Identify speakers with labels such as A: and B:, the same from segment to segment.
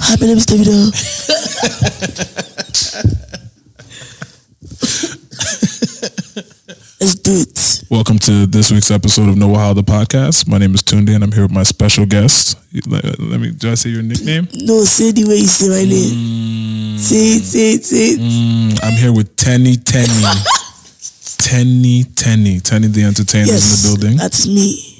A: Hi, my name is Davido. Let's do it.
B: Welcome to this week's episode of Know How the podcast. My name is Tunde, and I'm here with my special guest. Let, let me. Do I say your nickname?
A: No, say the way you say my name. Say it, say it, say it.
B: Mm, I'm here with Tenny Tenny. Tenny Tenny. Tenny the Entertainer
A: yes,
B: in the building.
A: that's me.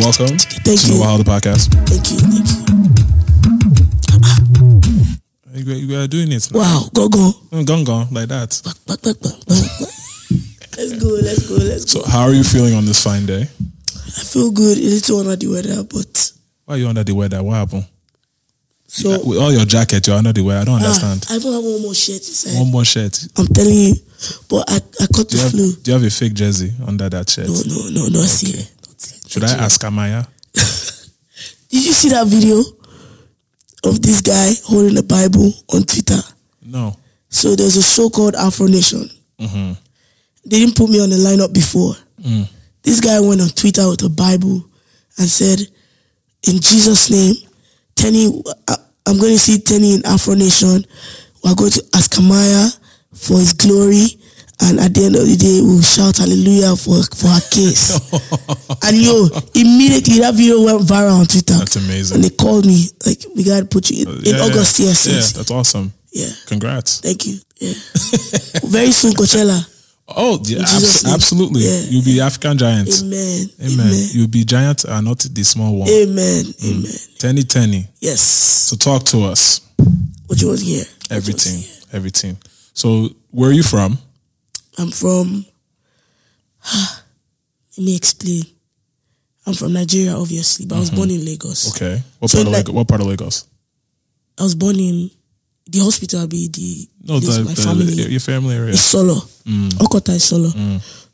B: Welcome
A: Thank
B: to
A: you.
B: Know How the podcast.
A: Thank you, thank you.
B: You, you, you are doing it.
A: Wow, go, go.
B: Mm, Gong gong like that.
A: Back, back, back, back, back. Let's go, let's go, let's go.
B: So, how are you feeling on this fine day?
A: I feel good. A little under the weather, but
B: Why are you under the weather? What happened?
A: so
B: With all your jacket, you're under the weather. I don't
A: ah,
B: understand.
A: I even have one more shirt inside.
B: One more shirt.
A: I'm telling you, but I, I caught the
B: Do you, have,
A: flu.
B: do you have a fake jersey under that shirt?
A: No, no, no, not here. Not here.
B: Should I ask Amaya?
A: Did you see that video of this guy holding the Bible on Twitter?
B: No. Mm-hmm.
A: So there's a show called Afro Nation. They didn't put me on the lineup before. This guy went on Twitter with a Bible and said, "In Jesus' name, Tenny, I, I'm going to see Tenny in Afro Nation. We're going to ask Amaya for his glory." And at the end of the day, we'll shout hallelujah for, for her case. and yo, immediately that video went viral on Twitter.
B: That's amazing.
A: And they called me, like, we got to put you in, in
B: Yeah,
A: August,
B: yeah.
A: yes, yes.
B: Yeah, that's awesome.
A: Yeah.
B: Congrats.
A: Thank you. Yeah. Very soon, Coachella.
B: Oh, yeah,
A: Jesus'
B: abso-
A: name.
B: absolutely.
A: Yeah.
B: You'll be African giant.
A: Amen.
B: Amen. Mm. You'll be giant and not the small one.
A: Amen. Amen.
B: Tenny Tenny.
A: Yes.
B: So talk to us.
A: What you want to hear? What you want to
B: Everything.
A: hear?
B: Everything. So where are you from?
A: I'm from. Let me explain. I'm from Nigeria, obviously, but I was born in Lagos.
B: Mm-hmm. Okay. What
A: So
B: part of
A: like-
B: Lagos? What part of Lagos?
A: I was born in the hospital. I be the
B: No,
A: this
B: the,
A: my
B: the-
A: family.
B: your family area. Mm.
A: It's Solo. Okota is Solo.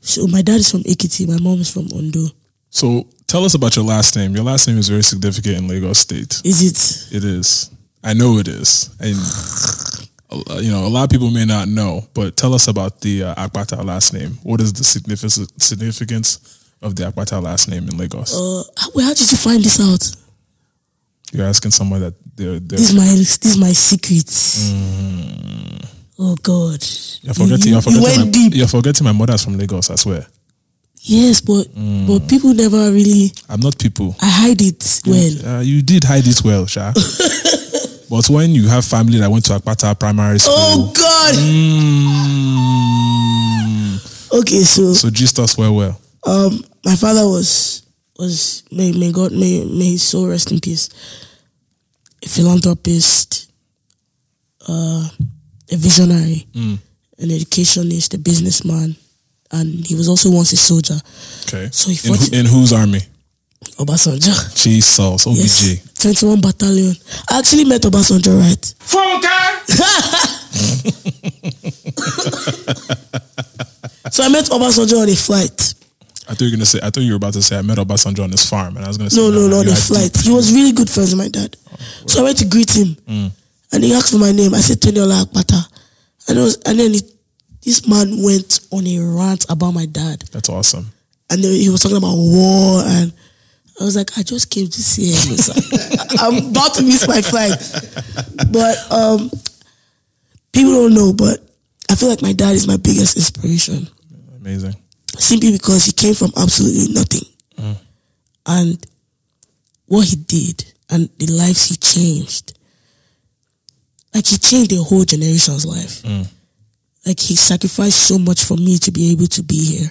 A: So my dad is from Ekiti. My mom is from Ondo.
B: So tell us about your last name. Your last name is very significant in Lagos State.
A: Is it?
B: It is. I know it is. And a lo- you know, a lot of people may not know, but tell us about the uh, Akpata last name. What is the significance significance of the Akpata last name in Lagos?
A: Uh, how, wait, how did you find this out?
B: You're asking someone that they're, they're
A: This is my this is my secret. Oh God!
B: Mm. you're forgetting. You're forgetting,
A: went
B: my,
A: deep.
B: you're forgetting my mother's from Lagos. I swear.
A: Yes, but
B: Mm.
A: but people never really.
B: I'm not people.
A: I hide it well.
B: Uh, you did hide it well, Sha. but when you have family that went to Akpata Primary School,
A: Oh God!
B: mm,
A: Okay, so
B: so gist us well, well.
A: um, my father was was may may God may may his soul rest in peace. A philanthropist, uh, a visionary, an educationist, a businessman, and he was also once a soldier.
B: Okay.
A: So he
B: in,
A: fought-
B: who- in whose army?
A: Obasanjo.
B: Jesus, OBJ.
A: Yes. 21 Battalion. I actually met Obasanjo, right? so I met Obasanjo on a flight.
B: I thought you were gonna say. I thought you were about to say I met Obasanjo on his farm, and I was gonna say
A: No, no,
B: you
A: no, on a
B: had
A: flight.
B: deep-
A: He was really good friends with my dad. So I went to greet him.
B: Mm.
A: And he asked for my name. I said, Teniola Akpata. And, it was, and then he, this man went on a rant about my dad.
B: That's awesome.
A: and then he was talking about war and I was like, I just came to see him. I'm about to miss my flight. But um, people don't know, but I feel like my dad is my biggest inspiration
B: Amazing.
A: simply because he came from absolutely nothing. And what he did and the lives he changed. Like he changed a whole generation's life. Like he sacrificed so much for me to be able to be here.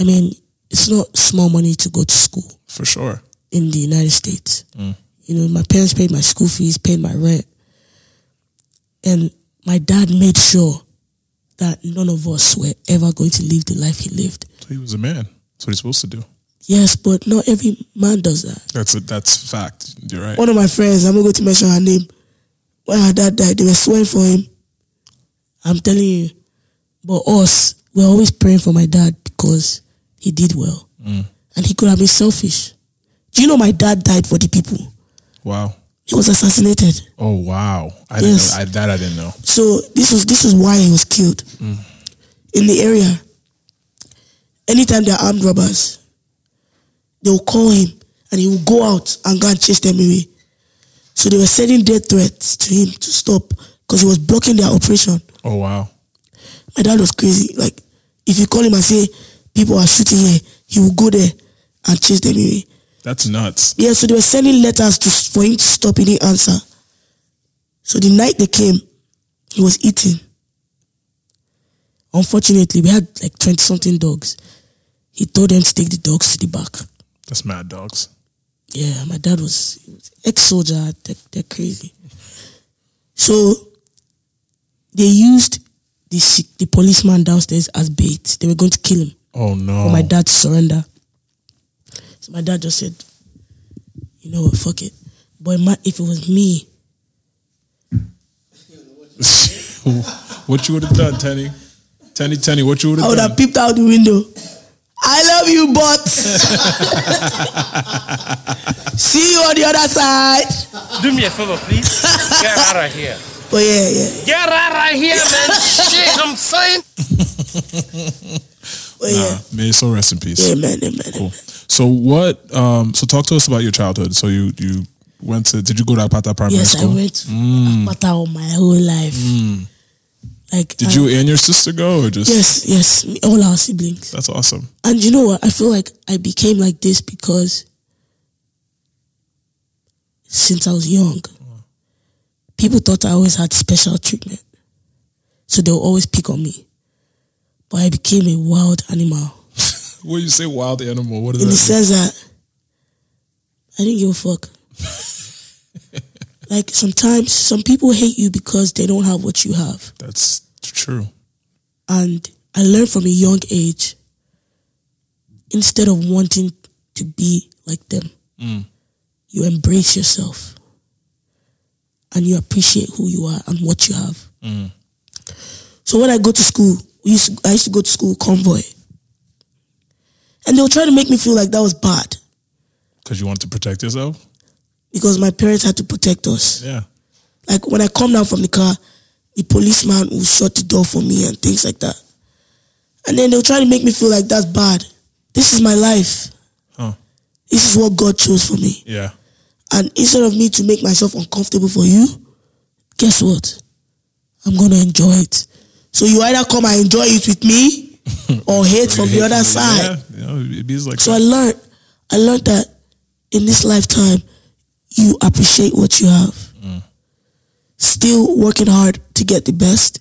A: I mean, it's not small money to go to school
B: For sure.
A: in the United States. You know, my parents paid my school fees, paid my rent. And my dad made sure that none of us were ever going to live the life he lived.
B: So he was a man. That's what he's supposed to do.
A: Yes, but not every man does that.
B: That's a, that's fact. You're right.
A: One of my friends, I'm not going to mention her name, when her dad died, they were swearing for him. I'm telling you. But us, we're always praying for my dad because he did well. And he could have been selfish. Do you know my dad died for the people?
B: Wow.
A: He was assassinated.
B: Oh wow. I
A: Yes.
B: didn't know. I, that I didn't know.
A: So this was this is why he was killed in the area. Anytime there are armed robbers, they will call him and he will go out and go and chase them away. So they were sending death threats to him to stop because he was blocking their operation.
B: Oh wow.
A: My dad was crazy. Like, if you call him and say, people are shooting here, he will go there and chase them away.
B: That's nuts.
A: Yeah, so they were sending letters to, for him to stop. He didn't answer. So the night they came, he was eating. Unfortunately, we had like 20 something dogs. He told them to take the dogs to the back.
B: That's mad dogs.
A: Yeah, my dad was, he was ex-soldier. They're, they're crazy. So they used the se- the policeman downstairs as bait. They were going to kill him
B: Oh no.
A: for my dad to surrender. So my dad just said, "You know what? Fuck it." But my, if it was me,
B: what you would have done, Tenny? Tenny, Tenny, what you would
A: I
B: have
A: would
B: done?
A: have peeped out the window. I love you, but see you on the other side.
C: Do me a favor, please. Get out of here.
A: But yeah, yeah,
C: Get out of here, man. Shit, I'm saying.
A: but
B: Nah,
A: Oh,
B: Oh,
A: yeah,
B: may his soul rest in peace.
A: yeah, man, yeah, man.
B: Cool. So what? Um, so talk to us about your childhood. So you you went to? Did you go Mm. to Apata Primary
A: Yes, I
B: School?
A: went to Akpata all my whole life. Like,
B: Did
A: I-
B: you and your sister go, or just?
A: Yes, yes, me- all our siblings.
B: That's awesome.
A: And you know what? I feel like I became like this because since I was young, people thought I always had special treatment. So they would always pick on me. But I became a wild animal
B: When you say wild animal, what does
A: in the
B: that?
A: sense that I didn't give a fuck. like sometimes some people hate you because they don't have what you have.
B: Mean? That's true.
A: and I learned from a young age instead of wanting to be like them, you embrace yourself and you appreciate who you are and what you have. So when I go to school, we used to, I used to go to school convoy. And they were trying to make me feel like that was bad
B: Because you wanted to protect yourself.
A: because my parents had to protect us.
B: Yeah.
A: Like when I come down from the car, the policeman will shut the door for me and things like that. And then they'll try to make me feel like that's bad. This is my life.
B: Huh.
A: This is what God chose for me.
B: Yeah.
A: And instead of me to make myself uncomfortable for you, guess what? I'm gonna enjoy it. So you either come and enjoy it with me or hate from the other side.
B: Yeah. You know, it is like
A: So I learned, I learned that in this lifetime, you appreciate what you have. Still working hard to get the best,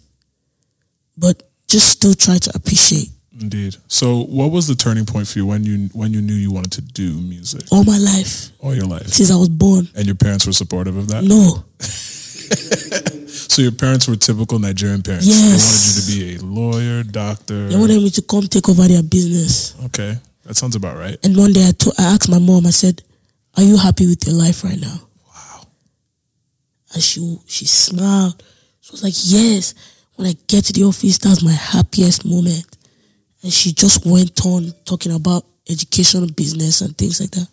A: but just still try to appreciate.
B: indeed. So what was the turning point for you when you when you knew you wanted to do music
A: All my life
B: all your life?
A: since I was born,
B: And your parents were supportive of that.
A: no,
B: So your parents were typical Nigerian parents.
A: Yes.
B: They wanted you to be a lawyer, doctor.
A: they wanted me to come take over their business.
B: okay, that sounds about right.
A: And one day I, to- I asked my mom, I said, "Are you happy with your life right now?"
B: Wow.
A: And she she smiled. She was like, Yes, when I get to the office, that's my happiest moment. And she just went on talking about education, business, and things like that.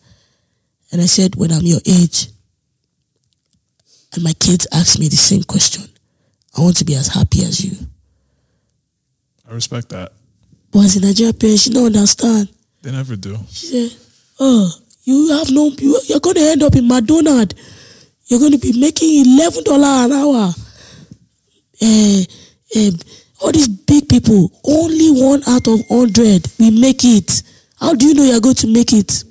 A: And I said, When I'm your age, and my kids ask me the same question, I want to be as happy as you.
B: I respect that.
A: But as a Nigerian parent, she don't understand.
B: They never do.
A: She said, Oh, you have no, you, you're going to end up in McDonald's. You're going to be making $11 an hour. Eh, eh, all these big people, only one out of 100 we make it. How do you know you're going to make it?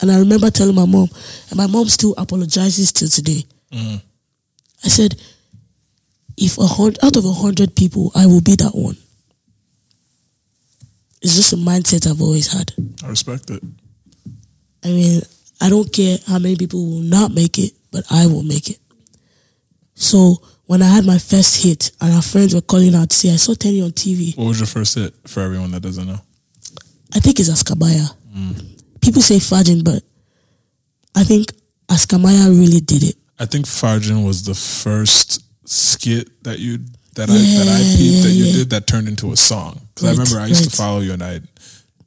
A: And I remember telling my mom, and my mom still apologizes till today. I said, if a hundred out of a hundred people, I will be that one. It's just a mindset I've always had.
B: I respect it.
A: I mean, I don't care how many people will not make it, but I will make it. So when I had my first hit and our friends were calling out to say, I saw Tenny on TV.
B: What was your first hit for everyone that doesn't know?
A: I think it's Askabaya. People say Fajin, but I think Askabaya really did it.
B: I think Farjin was the first skit that you that I
A: Yeah,
B: that I peeped that you
A: yeah, yeah.
B: did that turned into a song. Because I
A: Right,
B: remember I used
A: right.
B: to follow you and I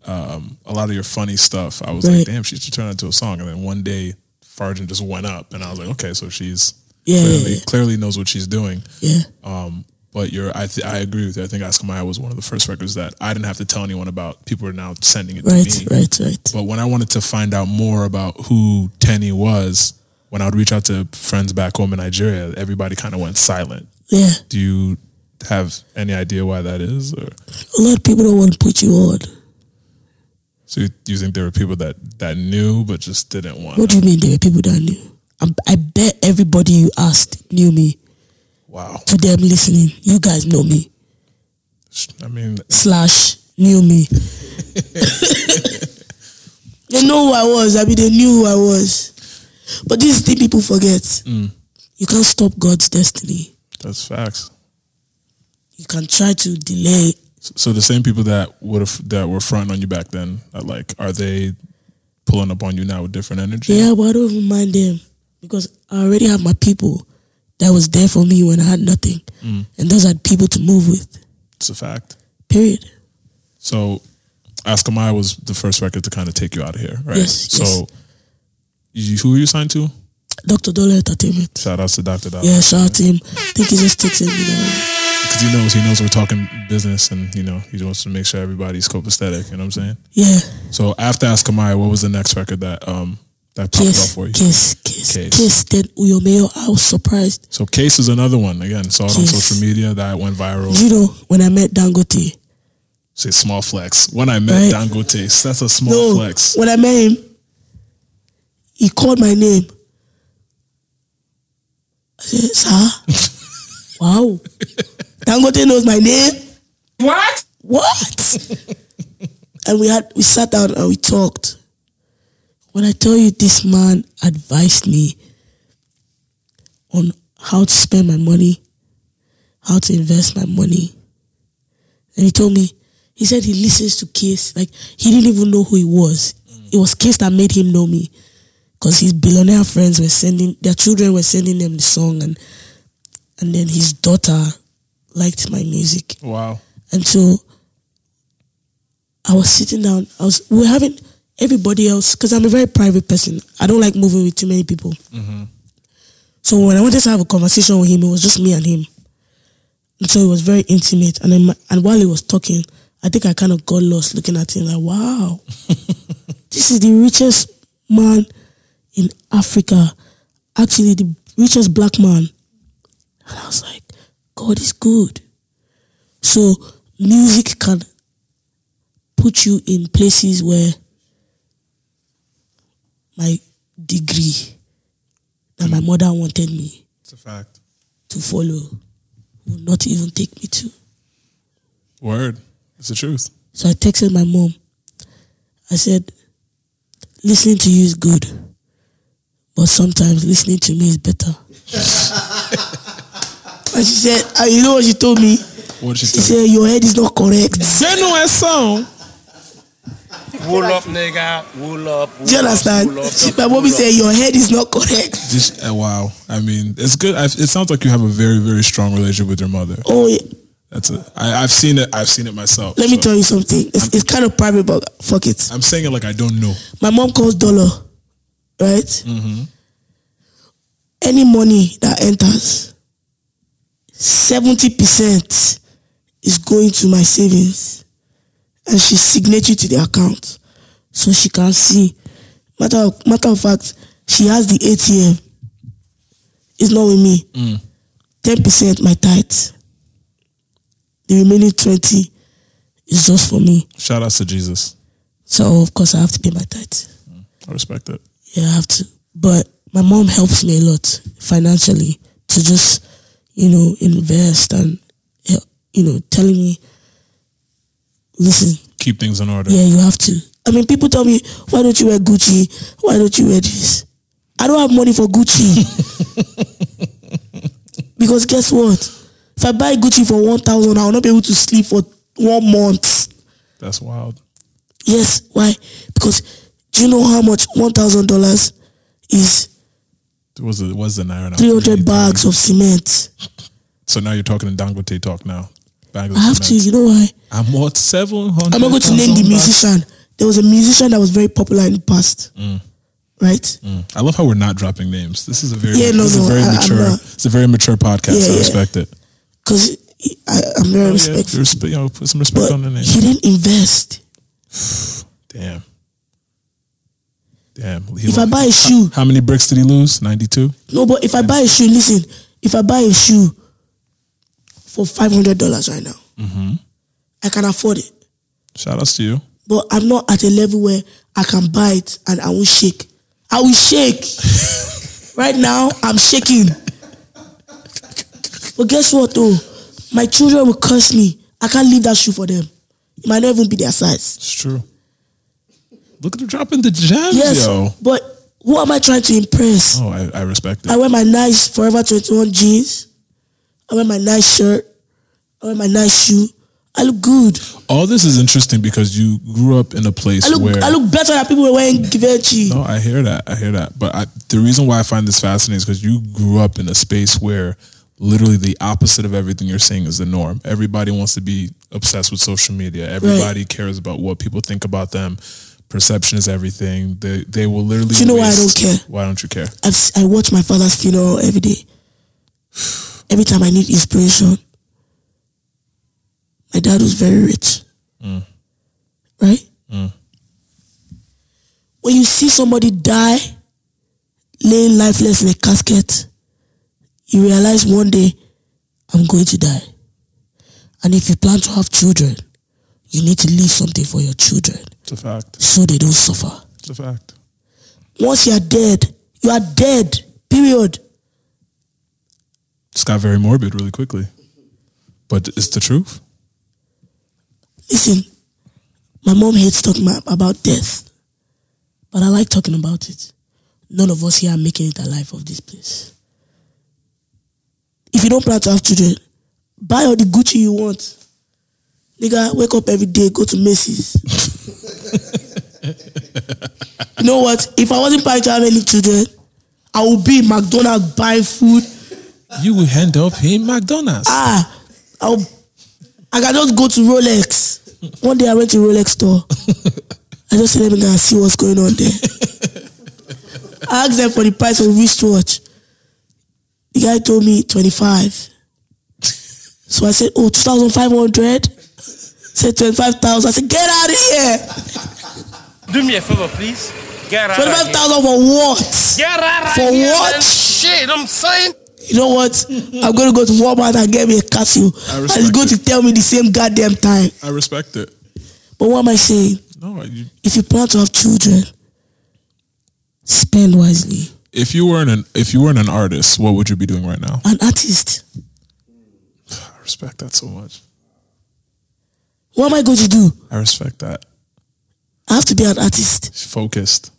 B: um, a lot of your funny stuff. I was
A: Right.
B: like, damn, she should turn it into a song. And then one day Farjin just went up and I was like, okay, so she's
A: Yeah, yeah,
B: clearly
A: yeah.
B: clearly knows what she's doing.
A: Yeah.
B: Um, But you're, I, th- I agree with you. I think Askamaya was one of the first records that I didn't have to tell anyone about. People are now sending it
A: Right,
B: to me.
A: right, right.
B: But when I wanted to find out more about who Tenny was, when I would reach out to friends back home in Nigeria, everybody kind of went silent.
A: Yeah.
B: Do you have any idea why that is? Or
A: A lot of people don't want to put you on.
B: so you, you think there were people that, that knew but just didn't want
A: What do
B: to?
A: you mean there were people that knew? I, I bet everybody you asked knew me.
B: Wow.
A: To them listening, you guys know me.
B: I mean,
A: Slash knew me. they know who I was. I mean, they knew who I was. But this is the thing people forget.
B: Mm.
A: You can't stop God's destiny.
B: that's facts.
A: You can try to delay.
B: So the same people that would have that were fronting on you back then, are like, are they pulling up on you now with different energy?
A: Yeah, but I don't even mind them because I already have my people that was there for me when I had nothing,
B: Mm.
A: and those are people to move with.
B: It's a fact.
A: Period.
B: So Askamaya was the first record to kind of take you out of here, right?
A: Yes,
B: so You, who were you signed to?
A: Dr. Dollar Entertainment.
B: Shout outs to Dr. Dollar.
A: Yeah, shout out to him. I think he just takes it, you know.
B: Because he knows, he knows we're talking business and, you know, he wants to make sure everybody's copacetic, you know what I'm saying?
A: Yeah,
B: So after Askamaya, what was the next record that um that popped
A: kiss,
B: off for you?
A: kiss, kiss,
B: Case.
A: kiss, Then Uyomeo, I was surprised.
B: So Case is another one. Again, saw it on
A: Case. Mm-hmm.
B: social media that went viral.
A: You know, when I met Dangote,
B: Say small flex. When I met
A: Right.
B: Dangote, that's a small
A: no,
B: flex.
A: Oh, when I met him, he called my name. I said, sir, wow, Dangote knows my name.
C: What?
A: what? and we had we sat down and we talked. When I tell you this man advised me on how to spend my money, how to invest my money. And he told me, he said he listens to Case. Like he didn't even know who he was. It was Case that made him know me. Cause his billionaire friends were sending their children were sending them the song and and then his daughter liked my music.
B: Wow.
A: And so I was sitting down. I was we were having everybody else because I'm a very private person. I don't like moving with too many people. So when I wanted to have a conversation with him, it was just me and him. And so it was very intimate. And then my, and while he was talking, I think I kind of got lost looking at him like, wow, this is the richest man in Africa. Actually, the richest black man. And I was like, God is good. So music can put you in places where my degree that my mother wanted me
B: It's a fact.
A: to follow would not even take me to.
B: Word. It's the truth.
A: So I texted my mom. I said, listening to you is good, but sometimes listening to me is better. and she said, and you know what she told me?
B: What did she
A: She
B: tell you?
A: said, your head is not correct.
B: Genuine song.
C: Wool up, nigga. Wool up. Wool
A: Do you understand?
C: Up, wool up,
A: My
C: wool
A: mommy
C: up.
A: said your head is not correct.
B: Just, uh, wow. I mean, it's good. i it sounds like you have a very, very strong relationship with your mother.
A: Oh, yeah.
B: That's it. I, I've seen it. I've seen it myself.
A: let me
B: so
A: tell you something. It's, it's kind of private, but fuck it.
B: I'm saying it like I don't know.
A: My mom calls dollar, right? Any money that enters, seventy percent is going to my savings, and she's signatory to the account, so she can see. Matter of, matter of fact, she has the ATM. It's not with me. Ten percent my tithe. The remaining twenty is just for me.
B: Shout outs to Jesus.
A: So of course I have to pay my tithe.
B: I respect it.
A: Yeah, I have to. But my mom helps me a lot financially to just, you know, invest and, eh, you know, telling me, listen,
B: Keep things in order.
A: yeah, you have to. I mean, people tell me, why don't you wear Gucci? Why don't you wear this? I don't have money for Gucci. because guess what? If I buy Gucci for 1,000, I will not be able to sleep for one month.
B: That's wild.
A: Yes, why? Because do you know how much $1,000 is?
B: It was the, was the naira now?
A: 300 bags of cement.
B: So now you're talking in Dangote talk now. Bags of
A: I have to,
B: cement.
A: you know why?
B: I'm worth seven hundred.
A: I'm not going to name the musician. There was a musician that was very popular in the past, right?
B: Mm. I love how we're not dropping names. This is a very
A: Yeah, no,
B: this is a
A: no,
B: very
A: I- I'm
B: mature.
A: not.
B: it's a very mature podcast.
A: Yeah,
B: I
A: yeah.
B: respect it.
A: Because he- I, I'm very
B: Yeah,
A: respectful.
B: respect, you know, put some respect
A: But
B: on the name.
A: he didn't invest.
B: Damn. Damn. He
A: If I
B: lost-
A: buy a shoe,
B: How many bricks did he lose? 92?
A: no, but if I buy a shoe, listen, if I buy a shoe for five hundred dollars right now, Mm-hmm. I can afford it.
B: Shout outs to you.
A: But I'm not at a level where I can buy it and I will shake. I will shake. right now, I'm shaking. But guess what though? My children will curse me. I can't leave that shoe for them. It might not even be their size.
B: It's true. Look at him dropping the gems,
A: Yes,
B: yo.
A: but who am I trying to impress?
B: Oh, I, I respect it.
A: I wear my nice Forever 21 jeans. I wear my nice shirt. I wear my nice shoe. I look good.
B: All this is interesting because you grew up in a place
A: I look
B: where.
A: I look better than people who are wearing Givenchy.
B: no, Oh, I hear that. I hear that. But I, the reason why I find this fascinating is because you grew up in a space where literally the opposite of everything you're seeing is the norm. Everybody wants to be obsessed with social media. Everybody cares about what people think about them. Perception is everything. They they will literally.
A: Do you know why I don't
B: waste-
A: care?
B: Why don't you care?
A: I've, s- I watch my father's funeral every day. Every time I need inspiration, my dad was very rich, right? When you see somebody die, laying lifeless in a casket, you realize one day I'm going to die. And if you plan to have children, you need to leave something for your children
B: It's a fact.
A: so they don't suffer
B: It's a fact.
A: once you are dead, you are dead. Period.
B: It's got very morbid really quickly, but it's the truth.
A: Listen, my mom hates talking ma- about death, but I like talking about it. None of us here are making it alive of this place. If you don't plan to have children, buy all the Gucci you want. Nigga, wake up every day, go to Macy's. you know what? If I wasn't planning to have any children, I would be in McDonald's buying food.
B: You will end up in McDonald's.
A: ah, I'll, I can just go to Rolex. One day I went to Rolex store. I just said, let me go and see what's going on there. I asked them for the price of wristwatch. The guy told me 25. So I said, oh, 2,500? said 25,000. I said, get out of here.
C: Do me a favor, please. Get out. of here.
A: 25,000 for what?
C: Get out. of
A: For
C: here,
A: what?
C: man. Shit, I'm saying.
A: You know what? I'm going to go to Walmart and get me a capsule.
B: I
A: And
B: respect
A: it's going
B: it.
A: to tell me the same goddamn time.
B: I respect it.
A: But what am I saying?
B: No, you,
A: if you plan to have children, spend wisely.
B: if you weren't an if you weren't an artist, what would you be doing right now?
A: An artist,
B: I respect that so much.
A: what am I going to do?
B: I respect that.
A: I have to be an artist.
B: Focused.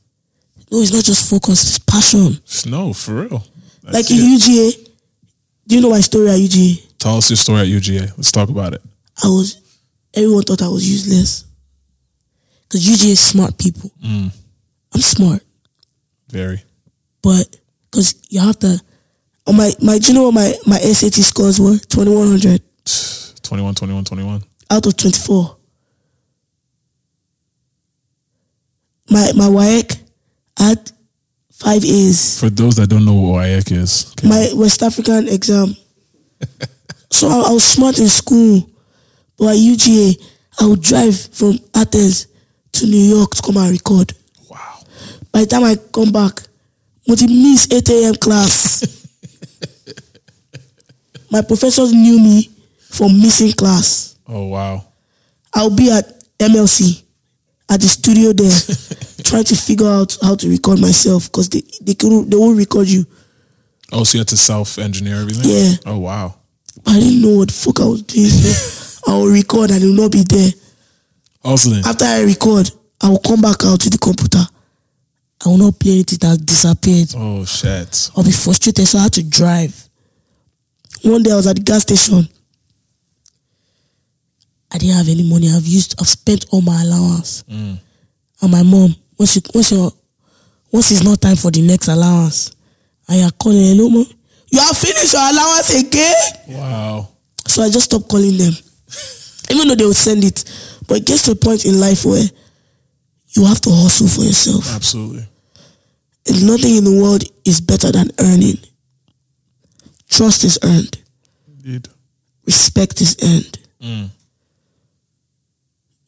A: No, it's not just focus, it's passion.
B: No, for real. I
A: like
B: see
A: in
B: it.
A: UGA, do you know my story at UGA?
B: Tell us your story at UGA. Let's talk about it.
A: I was, everyone thought I was useless. Because UGA is smart people. I'm smart,
B: Very.
A: but because you have to, on my, my, do you know what my, my SAT scores were? 2100
B: 21, 21, 21.
A: out of 24. My my WAEC had five A's.
B: For those that don't know what YAC is, okay,
A: My West African exam. so I, I was smart in school, but at UGA, I would drive from Athens to New York to come and record.
B: wow.
A: By the time I come back, Muti missed 8 a.m. class. my professors knew me for missing class.
B: Oh, wow.
A: I'll be at MLC at the studio there trying to figure out how to record myself because they they couldn't they won't record you.
B: Oh, so you had to self engineer everything?
A: Yeah.
B: Oh, wow.
A: I didn't know what the fuck I was doing. so I will record and it will not be there.
B: Also, then,
A: After I record, I will come back out to the computer. I will not play anything that disappeared.
B: oh, shit.
A: I'll be frustrated, so I had to drive. One day I was at the gas station. I didn't have any money. I've used, I've spent all my allowance. And my mom, when she, when she, once it's not time for the next allowance, I am calling hello mom. You have finished your allowance again.
B: Wow.
A: So I just stopped calling them, even though they would send it. But it gets to a point in life where you have to hustle for yourself.
B: Absolutely.
A: And nothing in the world is better than earning. Trust is earned.
B: Indeed.
A: respect his end.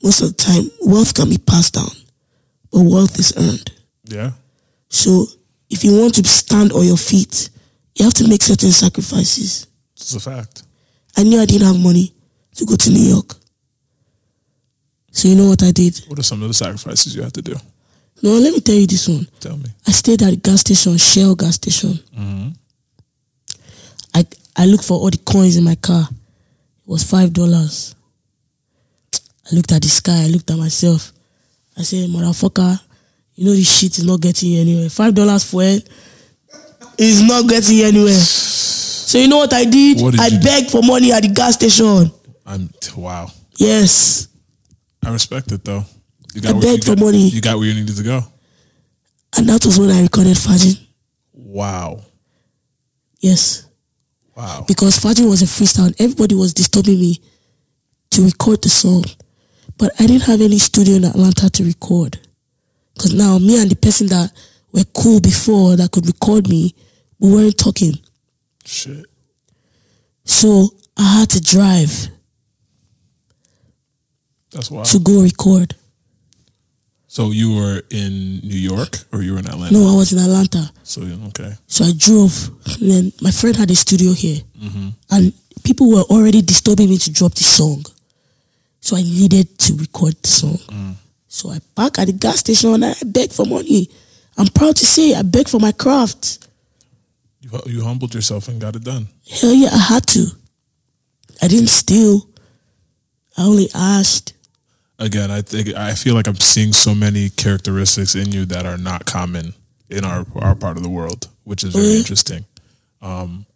A: Most of the time, wealth can be passed down, but wealth is earned.
B: Yeah.
A: So if you want to stand on your feet, you have to make certain sacrifices.
B: It's a fact.
A: I knew I didn't have money to go to New York. So you know what I did?
B: What are some of the sacrifices you have to do?
A: No, let me tell you this one.
B: Tell me.
A: I stayed at a gas station, Shell gas station.
B: Mm-hmm.
A: I I looked for all the coins in my car. It was five dollars. I looked at the sky. I looked at myself. I said, "Motherfucker, you know this shit is not getting you anywhere. Five dollars for it is not getting you anywhere." So you know what I did?
B: What did
A: I
B: you do?
A: begged for money at the gas station.
B: I'm wow.
A: Yes,
B: I respect it though. You
A: I
B: where- you
A: begged for money.
B: You got where you needed to go.
A: and that was when I recorded Fajin.
B: Wow.
A: Yes.
B: Wow.
A: because Fajin was a freestyle and everybody was disturbing me to record the song. But I didn't have any studio in Atlanta to record. Because now me and the person that were cool before that could record me, we weren't talking.
B: Shit.
A: So I had to drive
B: That's wild.
A: to go record.
B: So you were in New York or you were in Atlanta?
A: No, I was in Atlanta.
B: So you- okay.
A: So I drove. And then my friend had a studio here. And people were already disturbing me to drop the song. So I needed to record the song. So I parked at the gas station and I begged for money. I'm proud to say I begged for my craft.
B: You, hu- you humbled yourself and got it done.
A: Hell yeah, I had to. I didn't steal. I only asked.
B: Again, I think I feel like I'm seeing so many characteristics in you that are not common in our our part of the world, which is very
A: Mhm.
B: interesting. Um,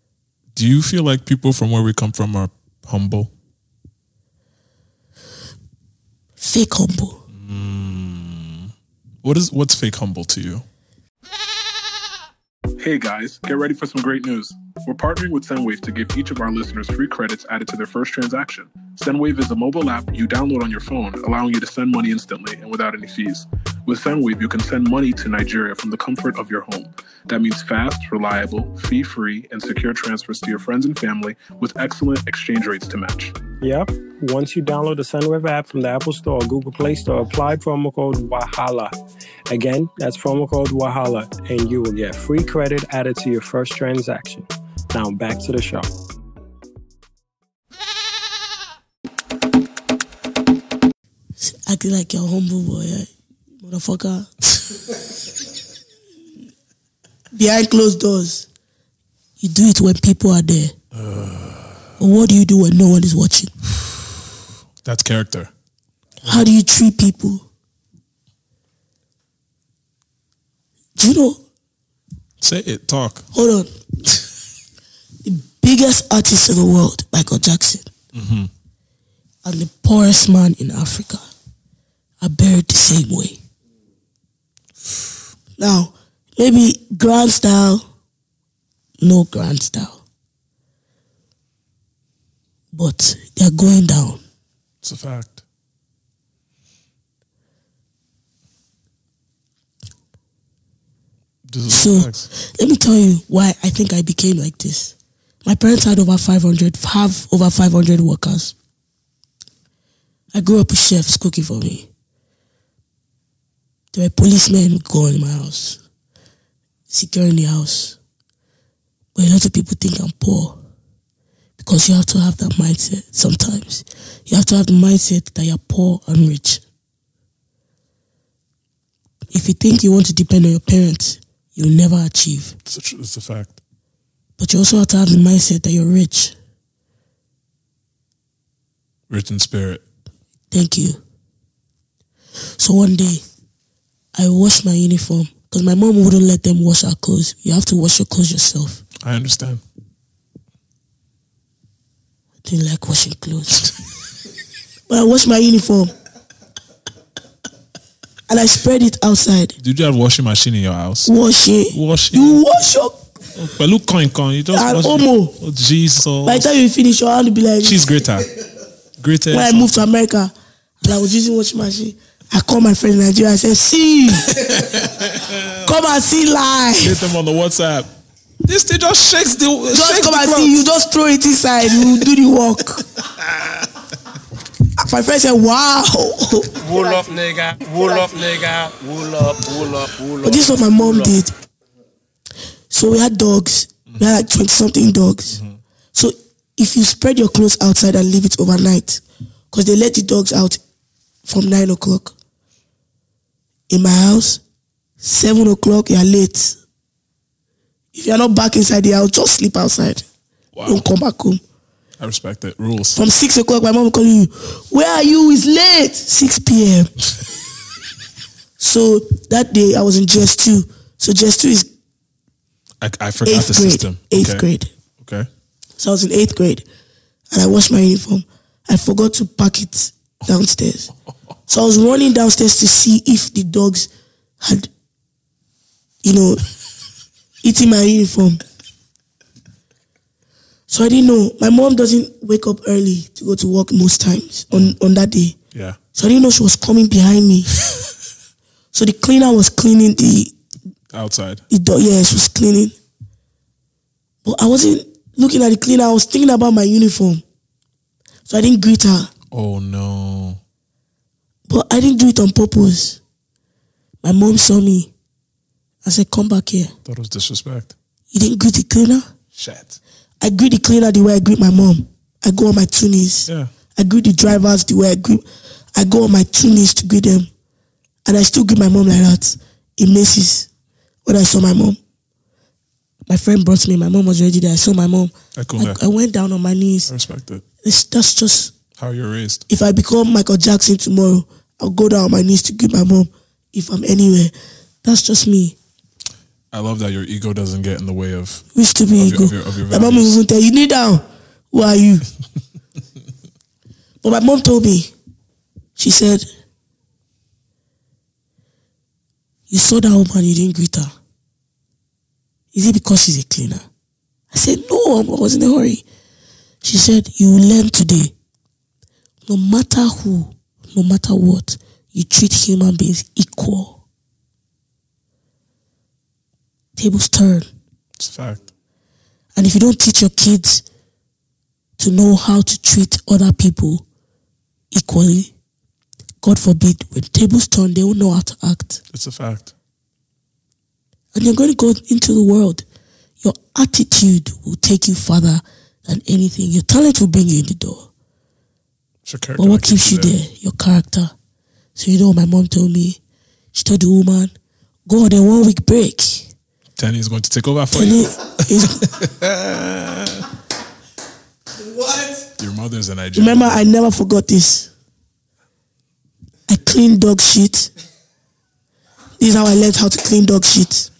B: do you feel like people from where we come from are humble?
A: Fake humble.
B: What is what's fake humble to you? Hey guys, get ready for some great news. We're partnering with Sendwave to give each of our listeners free credits added to their first transaction. Sendwave is a mobile app you download on your phone, allowing you to send money instantly and without any fees. With Sendwave, you can send money to Nigeria from the comfort of your home. That means fast, reliable, fee free, and secure transfers to your friends and family with excellent exchange rates to match.
D: Yep. Once you download the SendWave app from the Apple Store or Google Play Store, apply promo code WAHALA. Again, that's promo code WAHALA, and you will get free credit added to your first transaction. Now back to the show.
A: Acting like you're humble, boy. eh? Motherfucker. Behind closed doors. You do it when people are there. But what do you do when no one is watching?
B: That's character.
A: How do you treat people? Do you know?
B: Say it, talk.
A: Hold on. the biggest artist in the world, Michael Jackson, and the poorest man in Africa are buried the same way. Now, maybe grand style, no grand style. But they are going down.
B: It's a fact. This is
A: So
B: all facts.
A: let me tell you why I think I became like this. My parents had over 500, have over 500 workers. I grew up with chefs cooking for me. There were policemen going in my house, securing the house. But a lot of people think I'm poor because you have to have that mindset sometimes. You have to have the mindset that you're poor and rich if you think you want to depend on your parents, you'll never achieve.
B: It's a, tr- it's a fact.
A: But you also have to have the mindset that you're rich.
B: Rich in spirit.
A: Thank you. So one day, I washed my uniform because my mom wouldn't let them wash our clothes. You have to wash your clothes yourself.
B: I understand.
A: I didn't like washing clothes. but I washed my uniform. And I spread it outside.
B: Did you have washing machine in your house?
A: Wash it.
B: Washing.
A: You wash your...
B: But look, coin coin. You just
A: An
B: wash it.
A: omo.
B: Oh, Jesus. Oh,
A: By the time you finish, your hand will be like...
B: She's greater. Greater.
A: when I moved to America and I was using washing machine, I called my friend in Nigeria. I said, "See, come and see
B: Hit
A: live."
B: them on the WhatsApp. This thing just shakes the
A: Just
B: shakes
A: come
B: the
A: and
B: ground.
A: see. You just throw it inside. You do the work. My friend said, "Wow."
C: Wool up, nigga. Wool up, nigga. Wool up, wool up, wool up.
A: But this is what my mom did. So we had dogs. We had like twenty something dogs.
B: Mm-hmm.
A: So if you spread your clothes outside and leave it overnight, because they let the dogs out from nine o'clock. In my house, seven o'clock, you are late. If you are not back inside the house, just sleep outside.
B: Wow.
A: Don't come back home.
B: I respect it. Rules.
A: From six o'clock, my mom will call you. Where are you? It's late. Six p.m. so that day, I was in GS2. So GS2 is
B: I, I forgot
A: eighth
B: the
A: grade.
B: system.
A: Eighth
B: okay.
A: grade.
B: Okay.
A: So I was in eighth grade, and I washed my uniform. I forgot to pack it downstairs. So I was running downstairs to see if the dogs had, you know, eaten my uniform. So I didn't know. My mom doesn't wake up early to go to work most times on, on that day.
B: Yeah.
A: So I didn't know she was coming behind me. so the cleaner was cleaning the
B: Outside.
A: the door, yeah, she was cleaning. But I wasn't looking at the cleaner. I was thinking about my uniform. So I didn't greet her.
B: Oh no.
A: But I didn't do it on purpose. My mom saw me. I said, come back here.
B: That was disrespect.
A: You didn't greet the cleaner?
B: Shit.
A: I greet the cleaner the way I greet my mom. I go on my two knees.
B: Yeah.
A: I greet the drivers the way I greet. I go on my two knees to greet them. And I still greet my mom like that. In Macy's, when I saw my mom. My friend brought me. My mom was already there. I saw my mom.
B: I cool
A: I,
B: that.
A: I went down on my knees.
B: I respect it.
A: It's, that's just,
B: How you're raised.
A: if I become Michael Jackson tomorrow, I'll go down on my knees to greet my mom if I'm anywhere. That's just me.
B: I love that your ego doesn't get in the way of
A: We used to be
B: Of your-
A: ego.
B: of your- of your
A: my mom will
B: values.
A: even tell you, kneel down. Who are you? but my mom told me, she said, you saw that woman, you didn't greet her. Is it because she's a cleaner? I said, no, I was in a hurry. She said, you will learn today. No matter who, no matter what, you treat human beings equal. Tables turn.
B: it's a fact.
A: And if you don't teach your kids to know how to treat other people equally, God forbid, when tables turn, they will know how to act.
B: It's a fact.
A: And you're going to go into the world. Your attitude will take you further than anything. Your talent will bring you in the door.
B: It's your character.
A: But what
B: that
A: keeps you there? Your character. So you know what my mom told me? She told the woman, go on a one week break.
B: Tenny is going to take over for
A: And
B: you.
A: it- it's-
B: Your mother's in Nigeria.
A: Remember, I never forgot this. I clean dog shit. This is how I learned how to clean dog shit.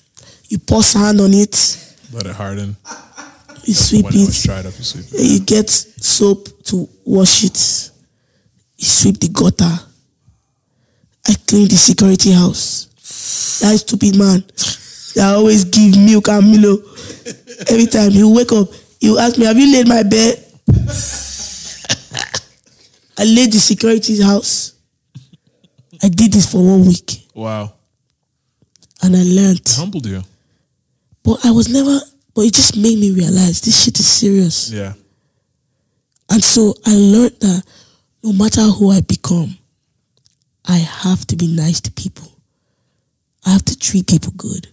A: You pour sand on it,
B: Let it harden.
A: you sweep
B: when it was
A: it,
B: dried up, you sweep it.
A: then you get soap to wash it. You sweep the gutter. I clean the security house. That stupid man. They always give milk and Milo. Every time he wake up, he ask me, "Have you laid my bed?" I laid the security's house. I did this for one week,
B: Wow.
A: and I learned.
B: Humbled you.
A: But I was never. But it just made me realize this shit is serious.
B: Yeah.
A: And so I learned that no matter who I become, I have to be nice to people. I have to treat people good.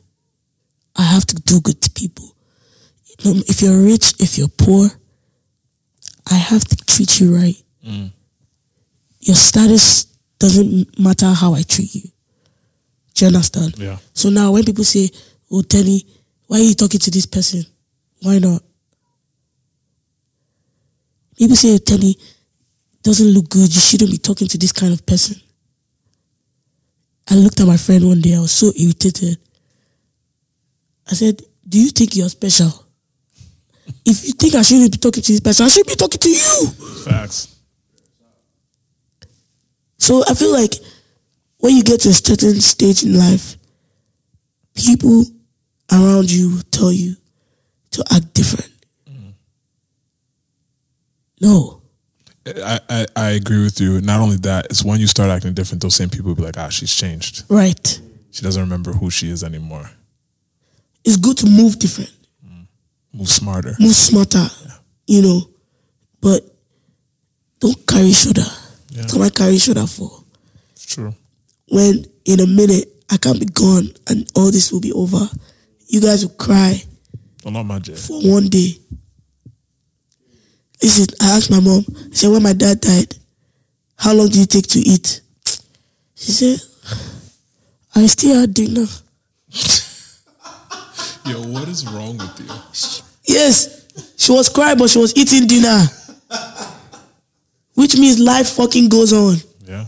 A: I have to do good to people. No- If you're rich, if you're poor, I have to treat you right. Your status doesn't matter how I treat you. Do you understand?
B: Yeah.
A: So now when people say, Oh, Tenny, why are you talking to this person? Why not? People say, Tenny, doesn't look good. You shouldn't be talking to this kind of person. I looked at my friend one day. I was so irritated. I said, Do you think you're special? If you think I shouldn't be talking to this person, I should be talking to you.
B: Facts.
A: So I feel like when you get to a certain stage in life, people around you will tell you to act different. No.
B: I, I, I agree with you. Not only that, it's when you start acting different, those same people will be like, ah, she's changed.
A: Right.
B: She doesn't remember who she is anymore.
A: It's good to move different.
B: Move smarter.
A: move smarter, you know. But don't carry shoulder.
B: Yeah.
A: Come I carry shoulder for?
B: It's true.
A: When in a minute I can be gone and all this will be over. You guys will cry
B: Well, not my Jay.
A: for one day. Listen, I asked my mom, I said, when my dad died, how long did it take to eat? She said, I still had dinner.
B: Yo, what is wrong with you?
A: Yes, she was crying, but she was eating dinner. Which means life fucking goes on.
B: Yeah.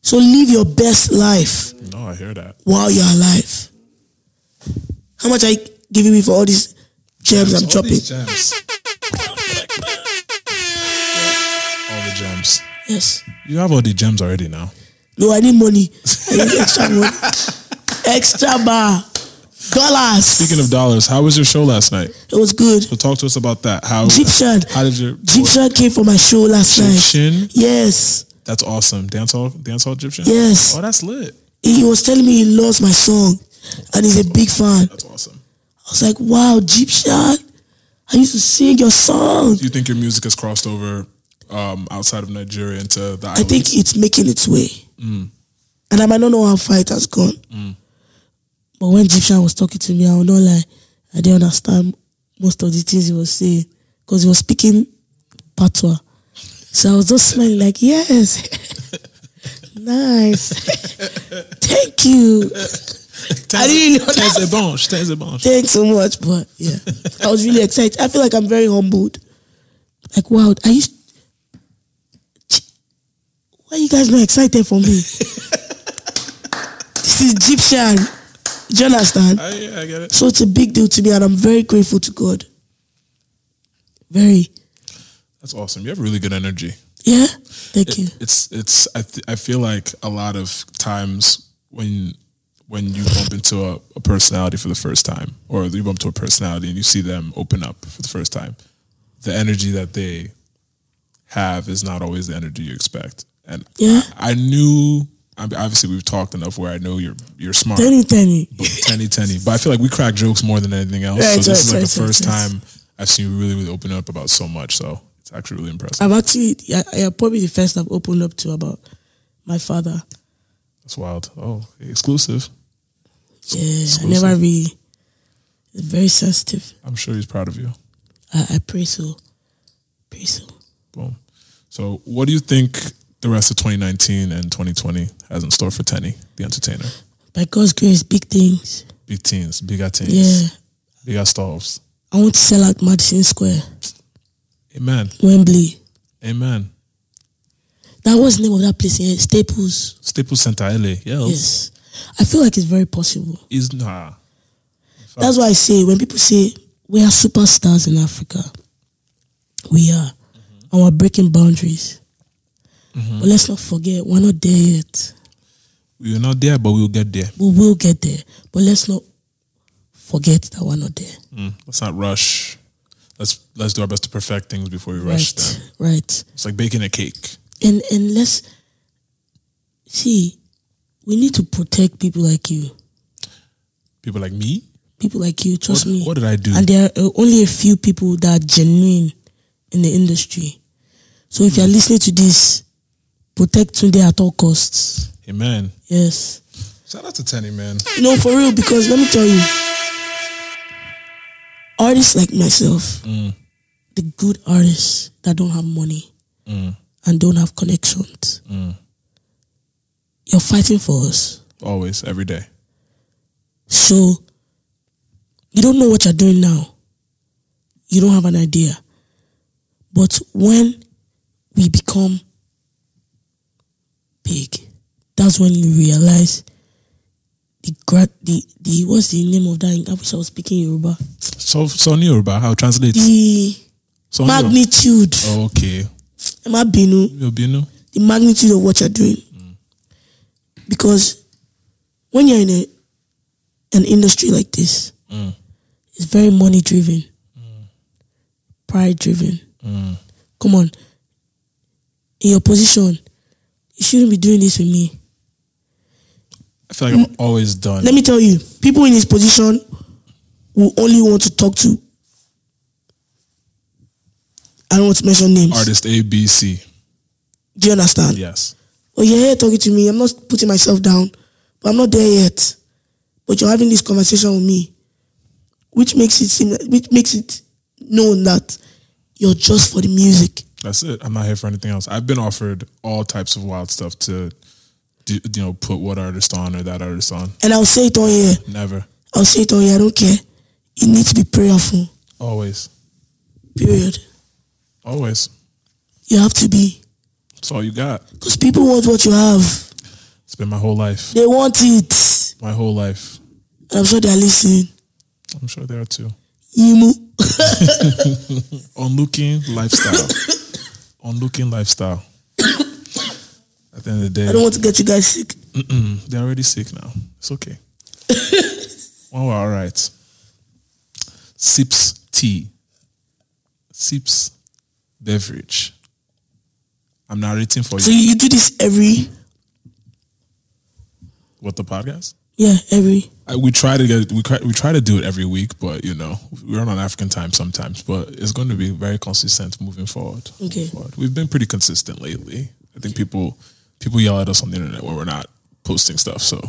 A: So live your best life
B: No, I hear that.
A: while you're alive. How much are you giving me for all these gems I'm
B: All
A: chopping?
B: these gems. All the gems.
A: Yes.
B: You have all the gems already now.
A: No, I need money. I need extra money. extra bar. Dollars.
B: Speaking of dollars, how was your show last night?
A: it was good.
B: So talk to us about that. How
A: Egyptian.
B: How did your
A: Egyptian came for my show last night.
B: Egyptian?
A: Yes.
B: That's awesome. Dance hall, dance hall Egyptian.
A: Yes.
B: Oh, that's lit.
A: He was telling me he loves my song and he's a big fan.
B: That's awesome.
A: I was like, wow, Egyptian. I used to sing your song.
B: Do you think your music has crossed over um, outside of Nigeria into the
A: I
B: islands?
A: think it's making its way. And I might not know how far it has gone. But when Egyptian was talking to me, I will not lie. I didn't understand most of the things he was saying because he was speaking patois. So I was just smiling like, yes, nice, thank you. I didn't know
B: Tens
A: that.
B: et bonches, tens et bonches.
A: Thanks so much, but yeah, I was really excited. I feel like I'm very humbled. Like, wow, are you? Why you guys not excited for me? this is Egyptian. Do you understand?
B: I, yeah, I get it.
A: So it's a big deal to me, and I'm very grateful to God. Very,
B: That's awesome. You have really good energy.
A: yeah. Thank you.
B: It's it's. I th- I feel like a lot of times when when you bump into a, a personality for the first time, or you bump to a personality and you see them open up for the first time, the energy that they have is not always the energy you expect. And
A: Yeah.
B: I, I knew. I mean, obviously, we've talked enough where I know you're you're smart.
A: Tell me, tell me.
B: but tenny tenny. But I feel like we crack jokes more than anything else.
A: Right,
B: so this
A: right,
B: is like
A: right,
B: the
A: right,
B: first
A: right.
B: time I've seen you really, really open up about so much. So it's actually really impressive.
A: I've actually, yeah, yeah, probably the first I've opened up to about my father.
B: That's wild. Oh, exclusive.
A: Yeah, I
B: Exclusive.
A: never really. Very sensitive.
B: I'm sure he's proud of you.
A: I, I pray so. Pray so.
B: Boom. So what do you think the rest of 2019 and 2020 has in store for Tenny, the entertainer?
A: By God's grace, big things.
B: Big teams, bigger teams,
A: Yeah.
B: bigger stars.
A: I want to sell out Madison Square,
B: Amen.
A: Wembley.
B: Amen.
A: That was the name of that place here, Staples.
B: Staples Center LA. Yeah.
A: Yes. I feel like it's very possible.
B: Is nah.
A: That's why I say when people say we are superstars in Africa, we are. And we're breaking boundaries. But let's not forget, we're not there yet.
B: We're not there, but we'll get there.
A: We will get there. But let's not forget that we're not there.
B: Mm. Let's not rush. Let's let's do our best to perfect things before we rush them.
A: right. Right.
B: It's like baking a cake.
A: and and let's see we need to protect people like you
B: People like me.
A: people like you trust
B: What-
A: me
B: what did I do?
A: and there are uh, only a few people that are genuine in the industry so if you're
B: Hmm.
A: listening to this protect Tunde at all costs
B: Amen.
A: yes
B: Shout out to Tenny, man.
A: no for real because let me tell you artists like myself
B: Hmm.
A: the good artists that don't have money
B: Hmm.
A: and don't have connections you're fighting for us
B: Always, every day.
A: So you don't know what you're doing now. You don't have an idea. But when we become big, that's when you realize the gra- the the what's the name of that? I wish I was speaking Yoruba.
B: So, so new about how it
A: Mm.
B: translates.
A: The
B: So
A: magnitude.
B: Oh. Okay.
A: Am I Binu?
B: You'll be new.
A: the magnitude of what you're doing. Because when you're in a, an industry like this, it's very money driven, pride driven. Come on, in your position, you shouldn't be doing this with me.
B: I feel
A: Mm.
B: like I'm always done.
A: Let me tell you, people in his position will only want to talk to I don't want to mention names.
B: Artist A B C.
A: Do you understand?
B: Yes.
A: Well, Oh, you're here talking to me. I'm not putting myself down, but I'm not there yet. But you're having this conversation with me, which makes it seem, which makes it known that you're just for the music.
B: That's it. I'm not here for anything else. I've been offered all types of wild stuff to, do, you know, put what artist on or that artist on.
A: And I'll say it on here.
B: Never.
A: I'll say it on here. I don't care. You need to be prayerful.
B: Always.
A: Period.
B: Always.
A: You have to be,
B: That's all you got.
A: because people want what you have.
B: It's been my whole life.
A: They want it.
B: My whole life.
A: And I'm sure they're listening.
B: I'm sure there are too.
A: Emu.
B: Onlooking lifestyle. Onlooking lifestyle. At the end of the
A: I don't
B: day,
A: want to get you guys sick.
B: Mm. they're already sick now. It's okay. oh, all right. Sips tea. Sips beverage. I'm narrating for
A: So
B: you.
A: you, you do this every,
B: What the podcast?
A: yeah, every. I
B: I, we try to get we try, we try to do it every week, but you know we run on African time sometimes. But it's going to be very consistent moving forward.
A: Okay.
B: Forward. we've been pretty consistent lately. I think people people yell at us on the internet when we're not posting stuff, so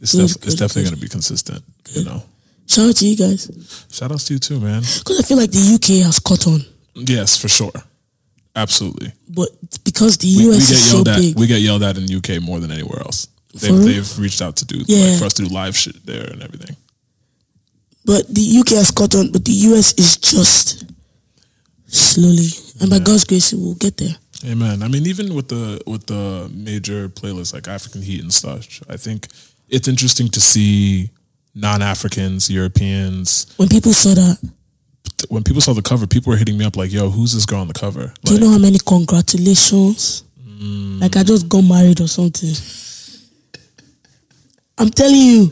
B: it's,
A: Good,
B: def- it's
A: good,
B: definitely
A: good.
B: going to be consistent. You know,
A: Shout out to you guys.
B: shout outs to you too, man.
A: Because I feel like the UK has caught on.
B: Yes, for sure, absolutely.
A: But because the
B: We, we
A: US
B: get
A: is so
B: yelled at
A: big.
B: we get yelled at in UK more than anywhere else. They've,
A: For real?
B: they've reached out to do like,
A: Yeah.
B: for us to do live shit there and everything.
A: but the UK has caught on, but the US is just slowly. And by God's grace, we'll get there.
B: Amen. I mean, even with the with the major playlists like African Heat and such, I think it's interesting to see non Africans, Europeans.
A: When people saw that,
B: When people saw the cover, people were hitting me up like, "Yo, who's this girl on the cover?"
A: do you
B: Like,
A: know how many congratulations?
B: Mm.
A: Like I just got married or something. I'm telling you,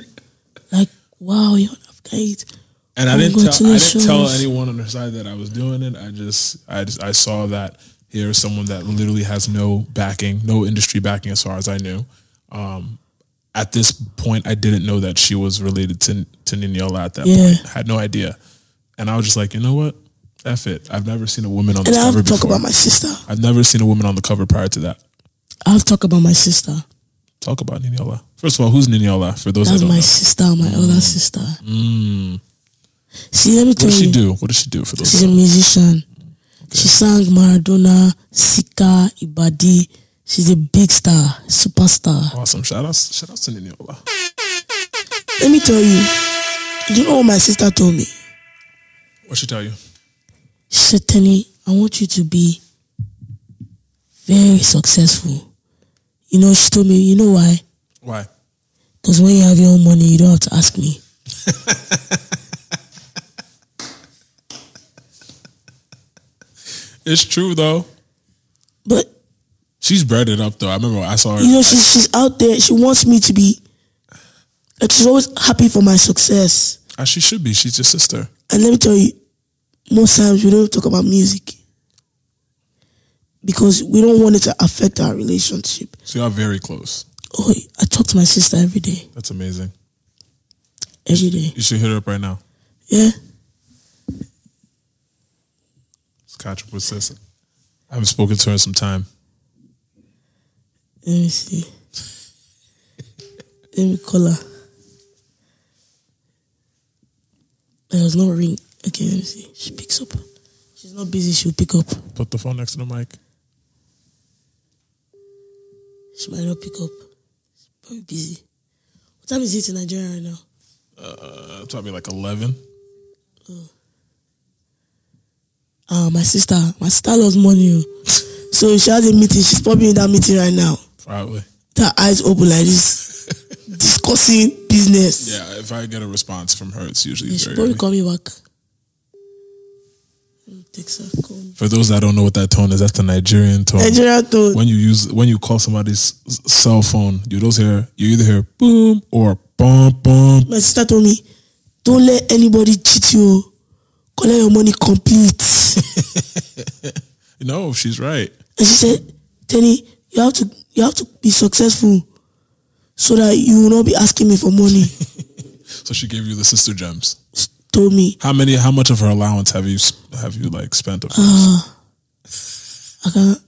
A: like, wow, you're an African. youth.
B: and I didn't tell I didn't
A: Congratulations.
B: tell anyone on the side that I was doing it. I just I just I saw that here's someone that literally has no backing, no industry backing, as far as I knew. Um, at this point, I didn't know that she was related to to Niniola at that
A: Yeah.
B: point. had no idea, and I was just like, you know what, F it. I've never seen a woman on
A: And
B: this
A: I have
B: cover
A: to talk
B: before.
A: about my sister.
B: I've never seen a woman on the cover prior to that.
A: I have to talk about my sister.
B: Talk about Niniola. First of all, who's Niniola? For those that
A: That's
B: don't
A: my
B: know,
A: sister, my
B: Mm.
A: elder sister. See, let me
B: what
A: tell
B: does Mm. she
A: you.
B: do? What does she do? For those,
A: She's
B: that
A: a
B: don't know?
A: musician. She sang Maradona, Sika, Ibadi. She's a big star, superstar.
B: awesome. Shout out, shout out to Niniola.
A: Let me tell you, you know what my sister told me?
B: What she tell you?
A: She said, Tenny, I want you to be very successful. You know, she told me, you know why?
B: Why?
A: Because when you have your own money, you don't have to ask me.
B: It's true though.
A: But,
B: She's breaded up though. I remember I saw her.
A: you know, she's, she's out there. She wants me to be, like, she's always happy for my success.
B: as she should be. She's your sister.
A: And let me tell you, most times we don't talk about music because we don't want it to affect our relationship.
B: So y'all very close.
A: Oh, I talk to my sister every day,
B: That's amazing.
A: every day.
B: You should hit her up right now.
A: Yeah,
B: It's Katra Princess. I haven't spoken to her in some time.
A: let me see. let me call her. There was no ring. Okay, let me see. She picks up. She's not busy. She'll pick up.
B: Put the phone next to the mic.
A: She might not pick up. She's probably busy. What time is it in Nigeria right now?
B: Uh, it's probably like eleven.
A: Ah, my sister, my sister loves money. oh. so she has a meeting. She's probably in that meeting right now.
B: Probably.
A: With her eyes open like this, discussing business.
B: Yeah. If I get a response from her, it's usually
A: Yeah, she
B: very.
A: probably
B: early.
A: call me back. Text her, call me.
B: For those that don't know what that tone is, that's the Nigerian tone.
A: Nigeria tone.
B: When you use when you call somebody's s- cell phone, you don't hear you either hear boom or bum bum.
A: My sister told me, "Don't let anybody cheat you. Collect your money complete."
B: No, she's right.
A: and she said, "Tenny, you have to, you have to be successful, so that you will not be asking me for money."
B: So she gave you the sister gems.
A: told me
B: How many? How much of her allowance have you s- have you like spent? Of
A: Uh. I can't.